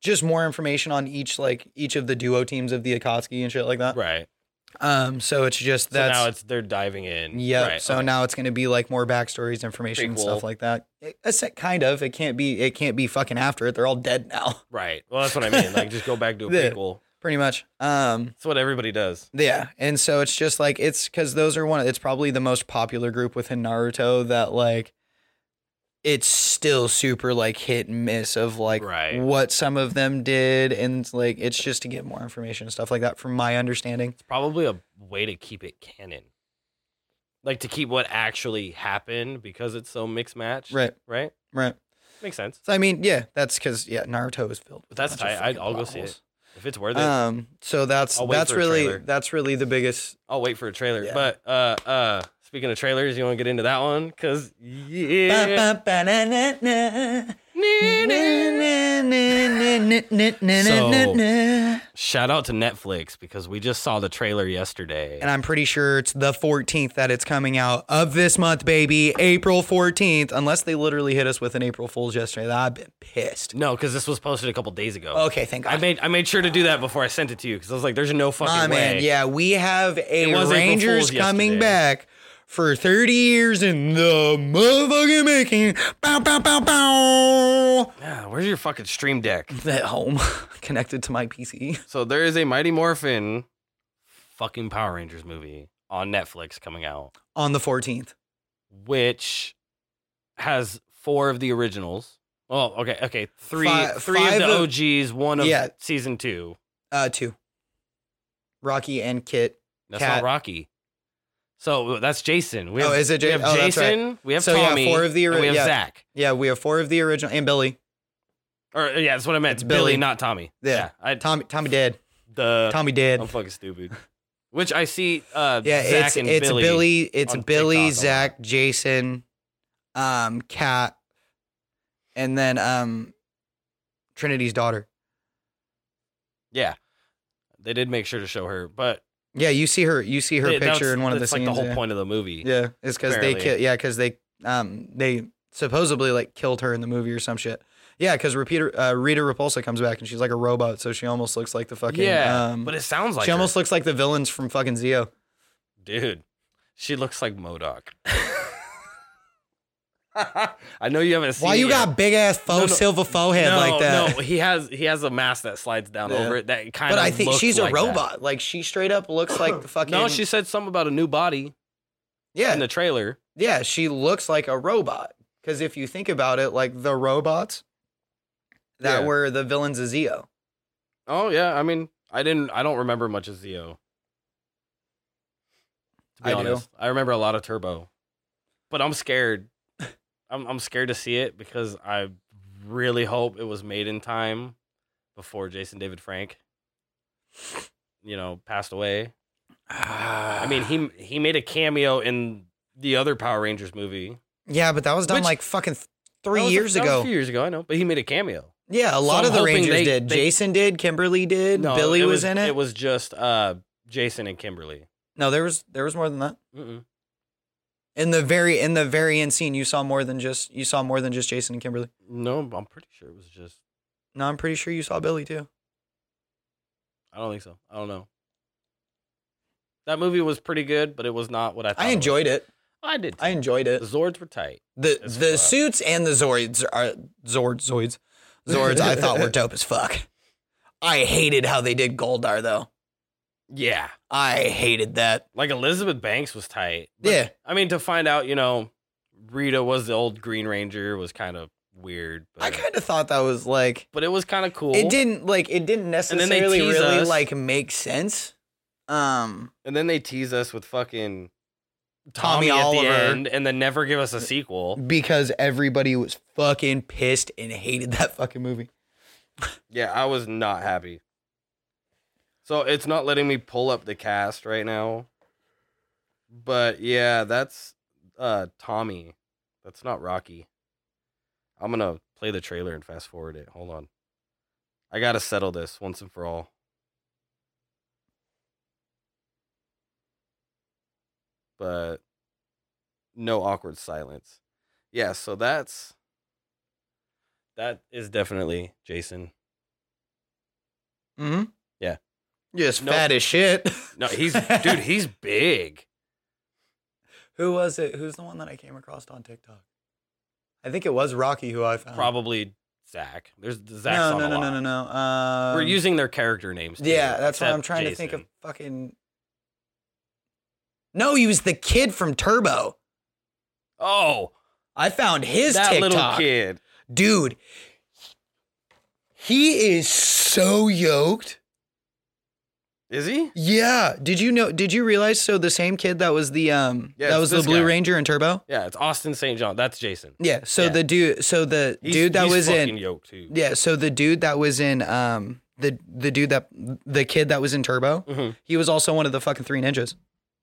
Speaker 2: just more information on each like each of the duo teams of the Akatsuki and shit like that.
Speaker 3: Right.
Speaker 2: Um, so it's just
Speaker 3: So
Speaker 2: Uh, that's
Speaker 3: now it's they're diving in.
Speaker 2: yeah.
Speaker 3: Right,
Speaker 2: so
Speaker 3: okay.
Speaker 2: now it's gonna be like more backstories, information, and
Speaker 3: Prequel.
Speaker 2: stuff like that. It, it's kind of it can't be it can't be fucking after it. They're all dead now,
Speaker 3: Right. Well, that's what I mean. Like, just go back to a
Speaker 2: Yeah.
Speaker 3: prequel.
Speaker 2: pretty much. Um,
Speaker 3: That's what everybody does.
Speaker 2: Yeah, and so it's just like it's because those are one. It's probably the most popular group within Naruto that like. It's still super like hit and miss of like
Speaker 3: Right.
Speaker 2: what some of them did, and like it's just to get more information and stuff like that. From my understanding,
Speaker 3: It's probably a way to keep it canon, like to keep what actually happened because it's so mixed match.
Speaker 2: right,
Speaker 3: Right.
Speaker 2: right.
Speaker 3: Makes sense.
Speaker 2: So I mean, yeah, that's because yeah, Naruto is filled with. a
Speaker 3: That's
Speaker 2: bunch of
Speaker 3: tight. I'd-
Speaker 2: fucking
Speaker 3: I'll go
Speaker 2: plot
Speaker 3: see it.
Speaker 2: holes.
Speaker 3: If it's worth it,
Speaker 2: Um, so that's
Speaker 3: I'll wait
Speaker 2: that's
Speaker 3: for a
Speaker 2: really
Speaker 3: trailer.
Speaker 2: that's really the biggest.
Speaker 3: I'll wait for a trailer.
Speaker 2: yeah.
Speaker 3: But uh, uh, speaking of trailers, you want to get into that one? Cause yeah,
Speaker 2: Ba-ba-ba-na-na-na.
Speaker 6: And
Speaker 3: Shout out to Netflix because we just saw the trailer yesterday.
Speaker 2: I'm pretty sure it's the 14th that it's coming out of this month, baby. April 14th. Unless they literally hit us with an April Fool's yesterday. I've been pissed.
Speaker 3: no, because this was posted a couple days ago.
Speaker 2: Okay, thank God.
Speaker 3: I made I made sure to do that before I sent it to you because I was like, "There's no fucking
Speaker 2: My
Speaker 3: way."
Speaker 2: man, yeah, we have
Speaker 3: It
Speaker 2: a
Speaker 3: was April
Speaker 2: Rangers
Speaker 3: Fool's
Speaker 2: coming
Speaker 3: yesterday.
Speaker 2: back for 30 years in the motherfucking making. Bow, bow, bow, bow.
Speaker 3: Yeah, where's your fucking stream deck?
Speaker 2: At home, connected to my PC.
Speaker 3: So there is a Mighty Morphin fucking Power Rangers movie on Netflix coming out,
Speaker 2: on the 14th.
Speaker 3: which has four of the originals. Oh, okay, okay, three,
Speaker 2: Fi-
Speaker 3: three
Speaker 2: five
Speaker 3: of
Speaker 2: of-
Speaker 3: the OGs, one of
Speaker 2: Yeah.
Speaker 3: season two.
Speaker 2: Uh, two. Rocky and Kit.
Speaker 3: That's
Speaker 2: Cat.
Speaker 3: not Rocky. So uh, that's Jason. We
Speaker 2: Oh,
Speaker 3: have,
Speaker 2: is it
Speaker 3: we
Speaker 2: Ja-
Speaker 3: have
Speaker 2: oh, that's right.
Speaker 3: Jason. We have
Speaker 2: So, yeah,
Speaker 3: Tommy.
Speaker 2: four of the
Speaker 3: and
Speaker 2: ori-
Speaker 3: We have
Speaker 2: yeah.
Speaker 3: Zach.
Speaker 2: Yeah, we have four of the original and Billy.
Speaker 3: Or uh, yeah, that's what I meant.
Speaker 2: It's
Speaker 3: Billy,
Speaker 2: Billy.
Speaker 3: not Tommy.
Speaker 2: Yeah.
Speaker 3: I
Speaker 2: Tommy, Tommy dead.
Speaker 3: the
Speaker 2: Tommy dead.
Speaker 3: Uh, I'm fucking stupid. Which I see. Uh,
Speaker 2: Yeah,
Speaker 3: Zach
Speaker 2: it's
Speaker 3: and
Speaker 2: it's
Speaker 3: Billy.
Speaker 2: Billy. it's
Speaker 3: on
Speaker 2: Billy,
Speaker 3: TikTok a lot.
Speaker 2: Zach, Jason, um, Cat, and then um, Trinity's daughter.
Speaker 3: Yeah, they did make sure to show her, but
Speaker 2: Yeah, you see her. You see her
Speaker 3: they- that's-
Speaker 2: picture in one of the
Speaker 3: that's
Speaker 2: scenes.
Speaker 3: like the whole
Speaker 2: yeah.
Speaker 3: point of the movie.
Speaker 2: Yeah, it's because they
Speaker 3: Barely.
Speaker 2: ki- yeah, because they um they supposedly like killed her in the movie or some shit. Yeah, because Rita uh, Rita Repulsa comes back and she's like a robot, so she almost looks like the fucking
Speaker 3: yeah,
Speaker 2: Um,
Speaker 3: but it sounds like
Speaker 2: she
Speaker 3: her.
Speaker 2: almost looks like the villains from fucking Zio.
Speaker 3: dude. She looks like Modoc. I know you haven't seen.
Speaker 2: Why
Speaker 3: it
Speaker 2: you
Speaker 3: yet.
Speaker 2: got big ass faux
Speaker 3: No, no.
Speaker 2: silver forehead
Speaker 3: no,
Speaker 2: like that?
Speaker 3: No, he has he has a mask that slides down
Speaker 2: Yeah.
Speaker 3: over it. That kind
Speaker 2: But
Speaker 3: of.
Speaker 2: I think
Speaker 3: looked
Speaker 2: she's a
Speaker 3: like that.
Speaker 2: robot. Like she straight up looks like the fucking.
Speaker 3: No, she said something about a new body
Speaker 2: yeah
Speaker 3: in the trailer.
Speaker 2: yeah she looks like a robot. Because if you think about it, like the robots that
Speaker 3: Yeah.
Speaker 2: were the villains of Zio.
Speaker 3: Oh yeah, I mean, I didn't. I don't remember much of Zio. To be
Speaker 2: I do.
Speaker 3: honest, I remember a lot of Turbo, but I'm scared. I'm I'm scared to see it because I really hope it was made in time before Jason David Frank, you know, passed away. I mean, he he made a cameo in the other Power Rangers movie
Speaker 2: yeah, but that was done
Speaker 3: Which-
Speaker 2: like fucking th-
Speaker 3: That
Speaker 2: three
Speaker 3: was a-
Speaker 2: years
Speaker 3: that was
Speaker 2: ago.
Speaker 3: a few years ago, I know, but he made a cameo.
Speaker 2: Yeah, a lot
Speaker 3: I'm
Speaker 2: of the
Speaker 3: hoping
Speaker 2: Rangers
Speaker 3: they-
Speaker 2: did.
Speaker 3: they-
Speaker 2: Jason did. Kimberly did.
Speaker 3: No,
Speaker 2: Billy
Speaker 3: it
Speaker 2: was, in it.
Speaker 3: It was just uh, Jason and Kimberly.
Speaker 2: no, there was there was more than that.
Speaker 3: Mm-mm.
Speaker 2: In the very in the very end scene, you saw more than just you saw more than just Jason and Kimberly.
Speaker 3: No, I'm pretty sure it was just.
Speaker 2: No, I'm pretty sure you saw Billy too.
Speaker 3: I don't think so. I don't know. That movie was pretty good, but it was not what I thought.
Speaker 2: I enjoyed it.
Speaker 3: Was. I did. Too.
Speaker 2: I enjoyed
Speaker 3: the
Speaker 2: it.
Speaker 3: Zords were tight.
Speaker 2: The
Speaker 3: It's
Speaker 2: the
Speaker 3: fun.
Speaker 2: suits and the Zords are Zords Zoids Zords. I thought were dope as fuck. I hated how they did Goldar though.
Speaker 3: Yeah,
Speaker 2: I hated that.
Speaker 3: like Elizabeth Banks was tight. But,
Speaker 2: Yeah.
Speaker 3: I mean to find out, you know, Rita was the old Green Ranger was kind of weird. But,
Speaker 2: I kind of thought that was like
Speaker 3: but it was kind of cool.
Speaker 2: it didn't like it didn't
Speaker 3: then they
Speaker 2: necessarily
Speaker 3: tease
Speaker 2: really
Speaker 3: us.
Speaker 2: like make sense. Um.
Speaker 3: and then they tease us with fucking
Speaker 2: Tommy
Speaker 3: Tommy, at
Speaker 2: Oliver.
Speaker 3: the end, and then never give us a sequel.
Speaker 2: because everybody was fucking pissed and hated that fucking movie.
Speaker 3: Yeah, I was not happy. So it's not letting me pull up the cast right now. But yeah, that's uh Tommy. That's not Rocky. I'm gonna play the trailer and fast forward it. Hold on. I gotta settle this once and for all. But no awkward silence. Yeah, so that's that is definitely Jason.
Speaker 2: Mm-hmm.
Speaker 3: Yeah.
Speaker 2: Just
Speaker 3: Nope.
Speaker 2: fat as shit.
Speaker 3: No, he's dude, he's big.
Speaker 2: Who was it? Who's the one that I came across on TikTok? I think it was Rocky who I found.
Speaker 3: Probably Zach. There's Zach's
Speaker 2: Uh-huh. No,
Speaker 3: on
Speaker 2: no, no,
Speaker 3: a lot.
Speaker 2: no, no, no. Um,
Speaker 3: We're using their character names. too,
Speaker 2: Yeah, that's why
Speaker 3: except
Speaker 2: I'm trying to think of
Speaker 3: Jason.
Speaker 2: fucking. No, he was the kid from Turbo.
Speaker 3: Oh,
Speaker 2: I found his
Speaker 3: that
Speaker 2: TikTok.
Speaker 3: little kid.
Speaker 2: dude he is so yoked
Speaker 3: Is he?
Speaker 2: yeah did you know did you realize so the same kid that was the um
Speaker 3: Yeah,
Speaker 2: that
Speaker 3: it's
Speaker 2: was the
Speaker 3: this
Speaker 2: blue
Speaker 3: guy.
Speaker 2: ranger in turbo
Speaker 3: Yeah, it's Austin St. John. That's Jason.
Speaker 2: yeah so
Speaker 3: Yeah.
Speaker 2: the dude so the
Speaker 3: He's-
Speaker 2: dude that
Speaker 3: he's
Speaker 2: was
Speaker 3: fucking
Speaker 2: in
Speaker 3: yoked too.
Speaker 2: yeah so the dude that was in um the the dude that the kid that was in turbo
Speaker 3: Mhm.
Speaker 2: he was also one of the fucking three ninjas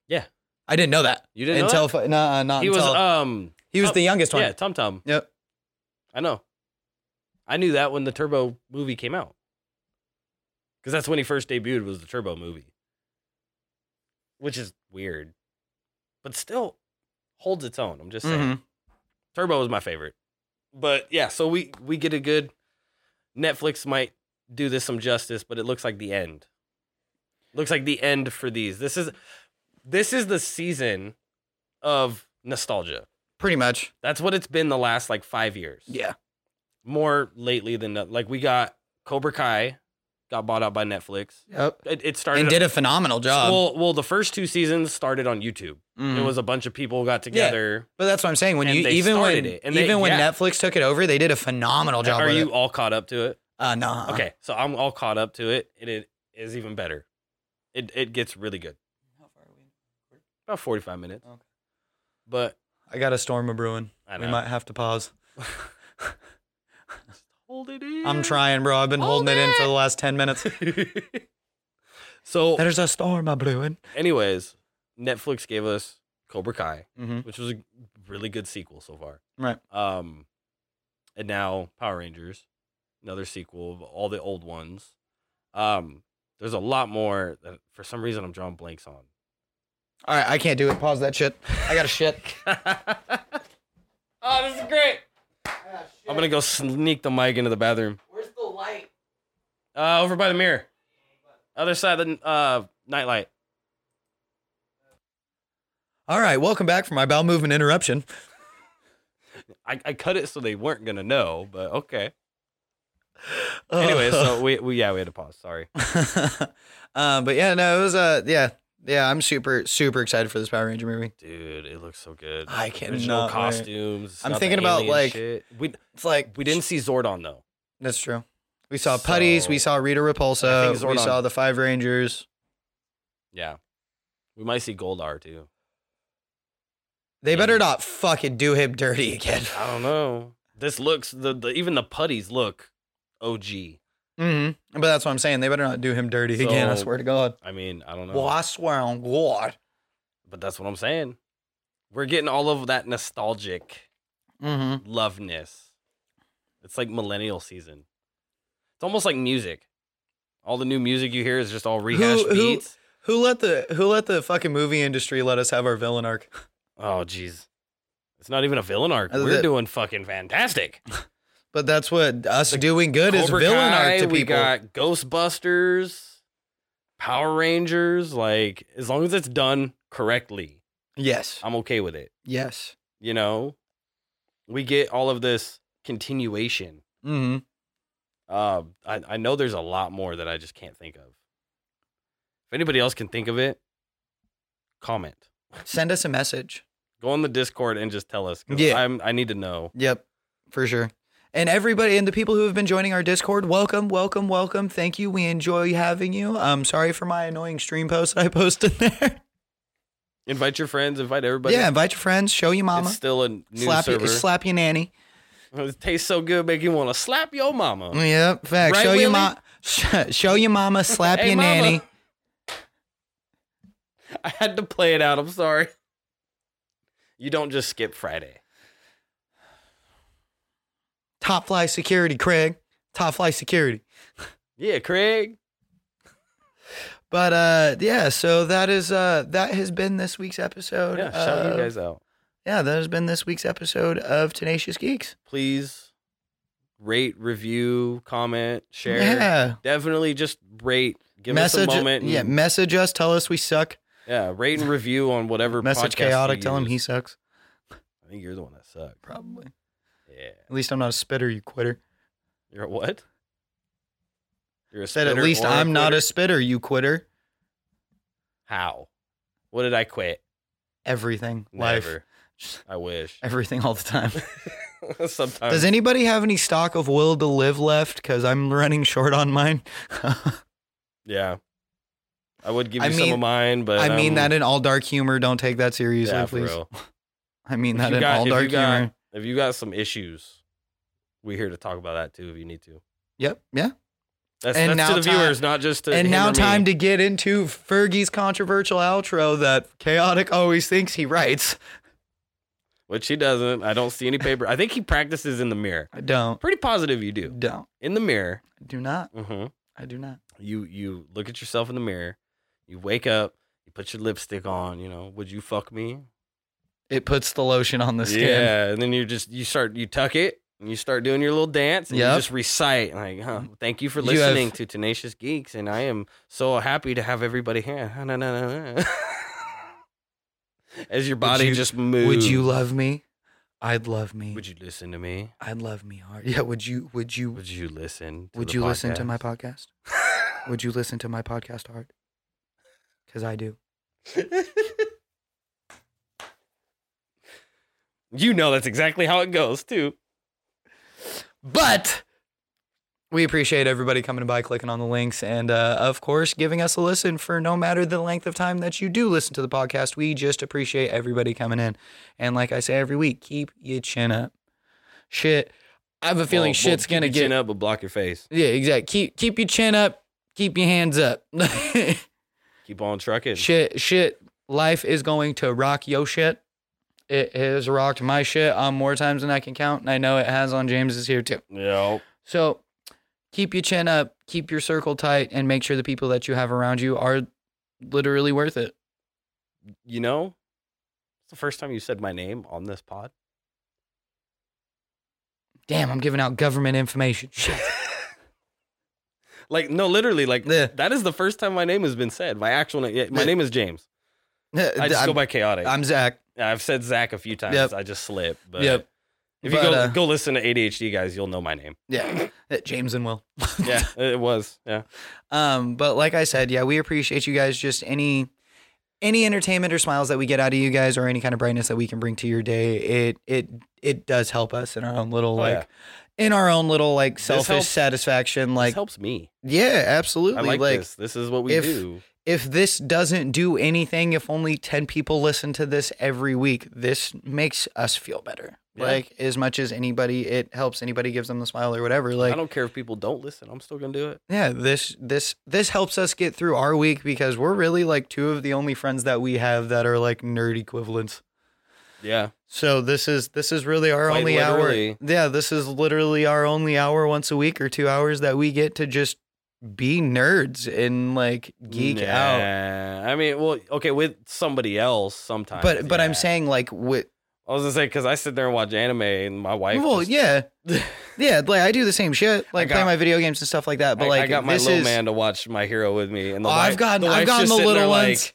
Speaker 3: Yeah.
Speaker 2: i didn't know that
Speaker 3: You didn't know
Speaker 2: until fu- nah, not
Speaker 3: He was
Speaker 2: until
Speaker 3: um
Speaker 2: he was the youngest one
Speaker 3: yeah Tum Tum.
Speaker 2: yep
Speaker 3: I know. I knew that when the Turbo movie came out, because that's when he first debuted was the Turbo movie, which is weird, but still holds its own. I'm just saying.
Speaker 2: Mm-hmm.
Speaker 6: Mhm.
Speaker 3: Turbo is my favorite. But yeah, so we we get a good Netflix might do this some justice, but it looks like the end. Looks like the end for these. This is this is the season of nostalgia.
Speaker 2: Pretty much.
Speaker 3: That's what it's been the last like 5 years.
Speaker 2: Yeah.
Speaker 3: More lately than not- like we got Cobra Kai got bought out by Netflix.
Speaker 6: Yep.
Speaker 3: It, it started
Speaker 2: And did a phenomenal job.
Speaker 3: well, well, the first two seasons started on YouTube. It
Speaker 2: Mhm.
Speaker 3: was a bunch of people got together.
Speaker 2: But that's what I'm saying. When
Speaker 3: And
Speaker 2: you
Speaker 3: they
Speaker 2: even when
Speaker 3: started it, and they-
Speaker 2: even when
Speaker 3: yeah.
Speaker 2: Netflix took it over, they did a phenomenal job.
Speaker 3: Are
Speaker 2: with
Speaker 3: you
Speaker 2: It.
Speaker 3: all caught up to it?
Speaker 2: Uh, nah.
Speaker 3: Okay, so I'm all caught up to it. and It is even better. It it gets really good. About 45 minutes.
Speaker 6: Okay.
Speaker 3: But
Speaker 2: I got a storm a brewing.
Speaker 3: I
Speaker 2: We
Speaker 3: know.
Speaker 2: might have to pause.
Speaker 3: hold it in.
Speaker 2: I'm trying, bro. I've been
Speaker 3: Hold
Speaker 2: holding it in for
Speaker 3: it.
Speaker 2: the last ten minutes.
Speaker 3: so,
Speaker 2: There's a storm a brewing.
Speaker 3: anyways, Netflix gave us Cobra Kai,
Speaker 2: Mhm.
Speaker 3: which was a really good sequel so far.
Speaker 2: Right.
Speaker 3: Um, and now Power Rangers, another sequel of all the old ones. Um, there's a lot more that for some reason I'm drawing blanks on.
Speaker 2: All right, I can't do it. Pause that shit.
Speaker 6: I got a shit.
Speaker 3: oh, this is great. I'm gonna go sneak the mic into the bathroom. Ah, Where's the light? Uh, over by the mirror. Other side of the uh nightlight.
Speaker 2: All right, welcome back from my bowel movement interruption.
Speaker 3: I, I cut it so they weren't gonna know, but okay. Anyway, so we, we yeah we had to pause. Sorry.
Speaker 2: um, but yeah, no, it was uh, yeah, yeah. I'm super super excited for this Power Ranger movie.
Speaker 3: Dude, it looks so good.
Speaker 2: I
Speaker 3: Original
Speaker 2: cannot wait.
Speaker 3: costumes. it's
Speaker 2: I'm
Speaker 3: not the
Speaker 2: thinking about,
Speaker 3: alien
Speaker 2: like-
Speaker 3: shit. we
Speaker 2: It's like
Speaker 3: we didn't see Zordon though.
Speaker 2: That's true. We saw putties. We
Speaker 3: So-
Speaker 2: saw Rita Repulsa.
Speaker 3: I think
Speaker 2: We
Speaker 3: Zordon-
Speaker 2: saw the Five Rangers.
Speaker 3: Yeah, we might see Goldar too.
Speaker 2: They
Speaker 3: Yeah.
Speaker 2: better not fucking do him dirty again.
Speaker 3: I don't know. This looks the, the even the putties look OG.
Speaker 2: hmm But that's what I'm saying. They better not do him dirty again. I
Speaker 3: So-
Speaker 2: swear to God.
Speaker 3: I mean, I don't know.
Speaker 2: Well, I swear on God.
Speaker 3: But that's what I'm saying. We're getting all of that nostalgic
Speaker 2: hmm
Speaker 3: loveness. It's like millennial season. It's almost like music. All the new music you hear is just all rehashed
Speaker 2: who-
Speaker 3: beats.
Speaker 2: Who let the Who let the fucking movie industry let us have our villain arc?
Speaker 3: Oh, jeez. It's not even a villain arc.
Speaker 2: Other
Speaker 3: We're
Speaker 2: than-
Speaker 3: doing fucking fantastic.
Speaker 2: But that's what us doing good is
Speaker 3: Cobra
Speaker 2: villain
Speaker 3: Kai,
Speaker 2: arc to
Speaker 3: we
Speaker 2: people.
Speaker 3: got Ghostbusters, Power Rangers. Like, as long as it's done correctly,
Speaker 2: yes.
Speaker 3: I'm okay with it.
Speaker 2: Yes.
Speaker 3: You know, we get all of this continuation
Speaker 2: hmm
Speaker 3: Uh, I, I know there's a lot more that I just can't think of. If anybody else can think of it, comment.
Speaker 2: Send us a message.
Speaker 3: Go on the Discord and just tell us. 'cause
Speaker 2: Yeah.
Speaker 3: I'm, I need to know.
Speaker 2: Yep, for sure. And everybody and the people who have been joining our Discord, welcome, welcome, welcome. Thank you. We enjoy having you. I'm sorry for my annoying stream post that I posted there.
Speaker 3: Invite your friends. Invite everybody.
Speaker 2: yeah, invite your friends, show your mama,
Speaker 3: it's still a new
Speaker 2: slap
Speaker 3: server.
Speaker 2: your, slap your nanny.
Speaker 3: it tastes so good, make you want to slap your mama.
Speaker 2: Yep, fact.
Speaker 3: Oh. Right,
Speaker 2: show your
Speaker 3: Willie?
Speaker 2: mom, show your mama, slap
Speaker 3: Hey,
Speaker 2: your
Speaker 3: mama.
Speaker 2: nanny.
Speaker 3: I had to play it out. I'm sorry. You don't just skip Friday.
Speaker 2: Top fly security, Craig. Top fly security.
Speaker 3: Yeah, Craig.
Speaker 2: But uh, yeah, so that is uh, that has been this week's episode.
Speaker 3: Yeah, shout
Speaker 2: of-
Speaker 3: you guys out.
Speaker 2: yeah, that has been this week's episode of Tenacious Geeks.
Speaker 3: Please rate, review, comment, share.
Speaker 2: Yeah. uh,
Speaker 3: Definitely just rate. Give us a moment. and-
Speaker 2: Yeah, message us. Tell us we suck.
Speaker 3: Yeah, rate and review on whatever
Speaker 2: Message
Speaker 3: podcast
Speaker 2: chaotic.
Speaker 3: you
Speaker 2: Tell him he
Speaker 3: use.
Speaker 2: sucks.
Speaker 3: I think you're the one that sucked.
Speaker 2: Probably.
Speaker 3: Yeah,
Speaker 2: At least I'm not a spitter. You quitter.
Speaker 3: you're a what? You're a
Speaker 2: Said at
Speaker 3: spitter
Speaker 2: least
Speaker 3: or a
Speaker 2: I'm not a
Speaker 3: quitter?
Speaker 2: spitter. You quitter.
Speaker 3: how. What did I quit?
Speaker 2: Everything. Life.
Speaker 3: Never. I wish.
Speaker 2: Everything all the time.
Speaker 3: Sometimes.
Speaker 2: Does anybody have any stock of will to live left? Because I'm running short on mine.
Speaker 3: yeah. I would give
Speaker 2: I
Speaker 3: you some
Speaker 2: mean-
Speaker 3: of mine, but
Speaker 2: I mean
Speaker 3: um,
Speaker 2: that in all dark humor. Don't take that seriously,
Speaker 3: yeah, for
Speaker 2: please.
Speaker 3: real.
Speaker 2: I mean
Speaker 3: If
Speaker 2: that
Speaker 3: you
Speaker 2: in
Speaker 3: got-
Speaker 2: all
Speaker 3: if you
Speaker 2: dark
Speaker 3: got-
Speaker 2: humor.
Speaker 3: If you got some issues, we're here to talk about that too. If you need to,
Speaker 2: Yep. Yeah.
Speaker 3: that's,
Speaker 2: And
Speaker 3: that's
Speaker 2: now
Speaker 3: to the
Speaker 2: time-
Speaker 3: viewers, not just to.
Speaker 2: and
Speaker 3: him
Speaker 2: now
Speaker 3: or me.
Speaker 2: time to get into Fergie's controversial outro that chaotic always thinks he writes.
Speaker 3: which he doesn't. I don't see any paper. I think he practices in the mirror.
Speaker 2: I don't.
Speaker 3: Pretty positive you do
Speaker 2: Don't.
Speaker 3: in the mirror.
Speaker 2: I do not.
Speaker 3: hmm
Speaker 2: I do not.
Speaker 3: You you look at yourself in the mirror. You wake up. You put your lipstick on. You know, would you fuck me?
Speaker 2: It puts the lotion on the skin.
Speaker 3: Yeah, and then you just you start you tuck it and you start doing your little dance and
Speaker 2: Yep.
Speaker 3: you just recite like, huh, thank you for
Speaker 2: You have-
Speaker 3: listening to Tenacious Geeks and I am so happy to have everybody here. Na, na, na, na. As your body
Speaker 2: you-
Speaker 3: just moves.
Speaker 2: Would you love me? I'd love me.
Speaker 3: Would you listen to me?
Speaker 2: I'd love me hard. Yeah. Would you? Would you? Would,
Speaker 3: Would you listen? To the
Speaker 2: you listen to
Speaker 3: podcast?
Speaker 2: my podcast? would you listen to my podcast hard? Because I do.
Speaker 3: You know that's exactly how it goes too.
Speaker 2: But we appreciate everybody coming by, clicking on the links, and uh, of course, giving us a listen for no matter the length of time that you do listen to the podcast. We just appreciate everybody coming in. And like I say every week, keep your chin up. Shit. I have a
Speaker 3: Well,
Speaker 2: feeling
Speaker 3: well,
Speaker 2: shit's
Speaker 3: keep
Speaker 2: gonna
Speaker 3: your
Speaker 2: get
Speaker 3: chin up, but block your face.
Speaker 2: Yeah, exactly. Keep keep your chin up, keep your hands up.
Speaker 3: Keep on trucking.
Speaker 2: shit shit life is going to rock your shit. It has rocked my shit on more times than I can count, and I know it has on James's here too.
Speaker 3: Yep.
Speaker 2: So keep your chin up, keep your circle tight, and make sure the people that you have around you are literally worth it.
Speaker 3: You know, it's the first time you said my name on this pod.
Speaker 2: Damn, I'm giving out government information. Shit.
Speaker 3: Like, no, literally, like
Speaker 6: Yeah.
Speaker 3: that is the first time my name has been said. My actual name. Yeah, my
Speaker 6: Yeah.
Speaker 3: name is James. I just go
Speaker 6: I'm,
Speaker 3: by chaotic. i
Speaker 6: I'm Zach.
Speaker 3: have said Zach a few times.
Speaker 6: Yep.
Speaker 3: I just slip. But
Speaker 6: Yep.
Speaker 3: if you
Speaker 6: But,
Speaker 3: go
Speaker 6: uh,
Speaker 3: go listen to ADHD guys, you'll know my name.
Speaker 6: Yeah.
Speaker 2: James and Will.
Speaker 3: Yeah, it was. Yeah.
Speaker 6: Um,
Speaker 2: But like I said, yeah, we appreciate you guys. Just any any entertainment or smiles that we get out of you guys, or any kind of brightness that we can bring to your day, it it it does help us in our own little
Speaker 3: Oh,
Speaker 2: like
Speaker 3: yeah.
Speaker 2: in our own little like selfish
Speaker 3: helps-
Speaker 2: satisfaction.
Speaker 3: Like, this
Speaker 2: Like
Speaker 3: helps me.
Speaker 6: yeah, absolutely.
Speaker 3: I like, this. This is what we
Speaker 6: if-
Speaker 3: do.
Speaker 2: if this doesn't do anything, if only 10 people listen to this every week, this makes us feel better.
Speaker 3: Yeah.
Speaker 2: Like, as much as anybody, it helps anybody gives them the smile or whatever.
Speaker 3: I
Speaker 2: Like,
Speaker 3: don't care if people don't listen. I'm still gonna do it.
Speaker 2: yeah, this, this, this helps us get through our week because we're really like two of the only friends that we have that are like nerd equivalents.
Speaker 3: Yeah.
Speaker 2: So this is this is really our
Speaker 3: Quite
Speaker 2: only
Speaker 3: literally.
Speaker 2: hour. Yeah, this is literally our only hour once a week or two hours that we get to just be nerds and like geek out.
Speaker 3: out. I mean, well, okay, with somebody else sometimes.
Speaker 2: But but
Speaker 3: yeah.
Speaker 2: I'm saying like with
Speaker 3: I was gonna say because I sit there and watch anime and my wife.
Speaker 2: well,
Speaker 3: just-
Speaker 2: yeah, yeah. Like I do the same shit, like
Speaker 3: got-
Speaker 2: play my video games and stuff like that. But
Speaker 3: I,
Speaker 2: like
Speaker 3: I got my
Speaker 2: this
Speaker 3: little
Speaker 2: is,
Speaker 3: man to watch My Hero with me, and the
Speaker 2: Oh,
Speaker 3: wife,
Speaker 2: I've gotten
Speaker 3: the
Speaker 2: I've
Speaker 3: wife's
Speaker 2: gotten
Speaker 3: just
Speaker 2: the
Speaker 3: sitting there
Speaker 2: little
Speaker 3: like,
Speaker 2: ones.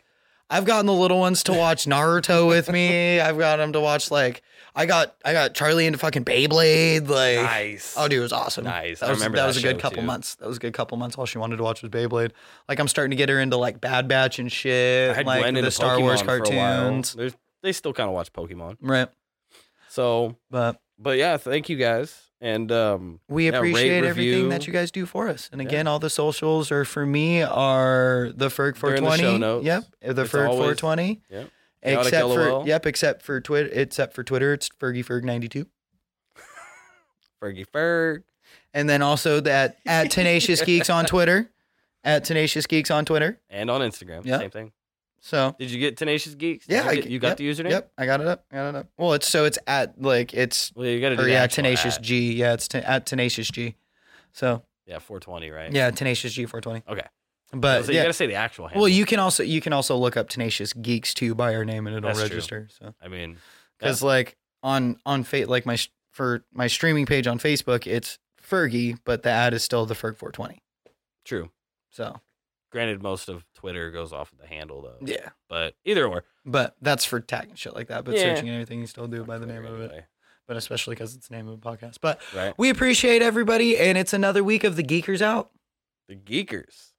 Speaker 2: I've gotten the little ones to watch Naruto with me. I've got them to watch like I got I got Charlie into fucking Beyblade. Like
Speaker 3: nice.
Speaker 2: oh, dude, it was awesome.
Speaker 3: Nice.
Speaker 2: That
Speaker 3: I
Speaker 2: was,
Speaker 3: remember
Speaker 2: that
Speaker 3: that
Speaker 2: was a good
Speaker 3: show,
Speaker 2: couple
Speaker 3: too.
Speaker 2: months. That was a good couple months. All she wanted to watch was Beyblade. Like I'm starting to get her into like Bad Batch and shit,
Speaker 3: I had
Speaker 2: like
Speaker 3: Gwen
Speaker 2: the
Speaker 3: into
Speaker 2: Star Wars
Speaker 3: Pokemon for a while.
Speaker 2: cartoons,
Speaker 3: There's- They still kind of watch Pokemon.
Speaker 2: right?
Speaker 3: So,
Speaker 2: But
Speaker 3: but yeah, thank you guys, and um,
Speaker 2: We
Speaker 3: Yeah, rate,
Speaker 2: appreciate everything
Speaker 3: review.
Speaker 2: that you guys do for us. And
Speaker 3: Yeah.
Speaker 2: again, all the socials are for me are the Ferg
Speaker 3: They're in the
Speaker 2: 420.
Speaker 3: show notes.
Speaker 2: Yep, the
Speaker 3: It's
Speaker 2: Ferg
Speaker 3: always-
Speaker 2: 420.
Speaker 3: Yep. Chaotic
Speaker 2: Except for
Speaker 3: LOL.
Speaker 2: yep, except for Twitter. Except for Twitter, it's Fergie Ferg 92.
Speaker 3: Fergie Ferg.
Speaker 2: And then also that at Tenacious Geeks on Twitter, at Tenacious Geeks on Twitter.
Speaker 3: and on Instagram.
Speaker 2: Yeah.
Speaker 3: Same thing.
Speaker 2: So
Speaker 3: Did you get Tenacious Geeks? Did
Speaker 2: Yeah, I
Speaker 3: you, get-
Speaker 2: g-
Speaker 3: you got the username.
Speaker 2: yep, I got it up. I got it up. Well, it's so it's at like it's
Speaker 3: Well, you got to do
Speaker 2: or
Speaker 3: the
Speaker 2: yeah,
Speaker 3: actual
Speaker 2: Tenacious
Speaker 3: at.
Speaker 2: G. Yeah, it's ten at Tenacious G. So
Speaker 3: Yeah, 420, right?
Speaker 2: yeah, Tenacious G 420.
Speaker 3: Okay.
Speaker 2: But
Speaker 3: so you
Speaker 2: yeah,
Speaker 3: got to say the actual handle.
Speaker 2: Well, you can also you can also look up Tenacious Geeks too by our name and it'll
Speaker 3: That's true.
Speaker 2: register. So
Speaker 3: I mean,
Speaker 2: because like on on fate like my s- for my streaming page on Facebook, it's Fergie, but the ad is still the Ferg 420.
Speaker 3: true.
Speaker 2: So
Speaker 3: Granted, most of Twitter goes off of the handle though.
Speaker 2: yeah,
Speaker 3: But either or.
Speaker 2: but that's for tag and shit like that. But
Speaker 3: Yeah.
Speaker 2: searching and everything, you still do it by the
Speaker 3: Twitter
Speaker 2: name of it.
Speaker 3: anyway,
Speaker 2: But especially because it's the name of the podcast. But
Speaker 3: Right.
Speaker 2: we appreciate everybody, and it's another week of the Geekers out.
Speaker 3: The Geekers.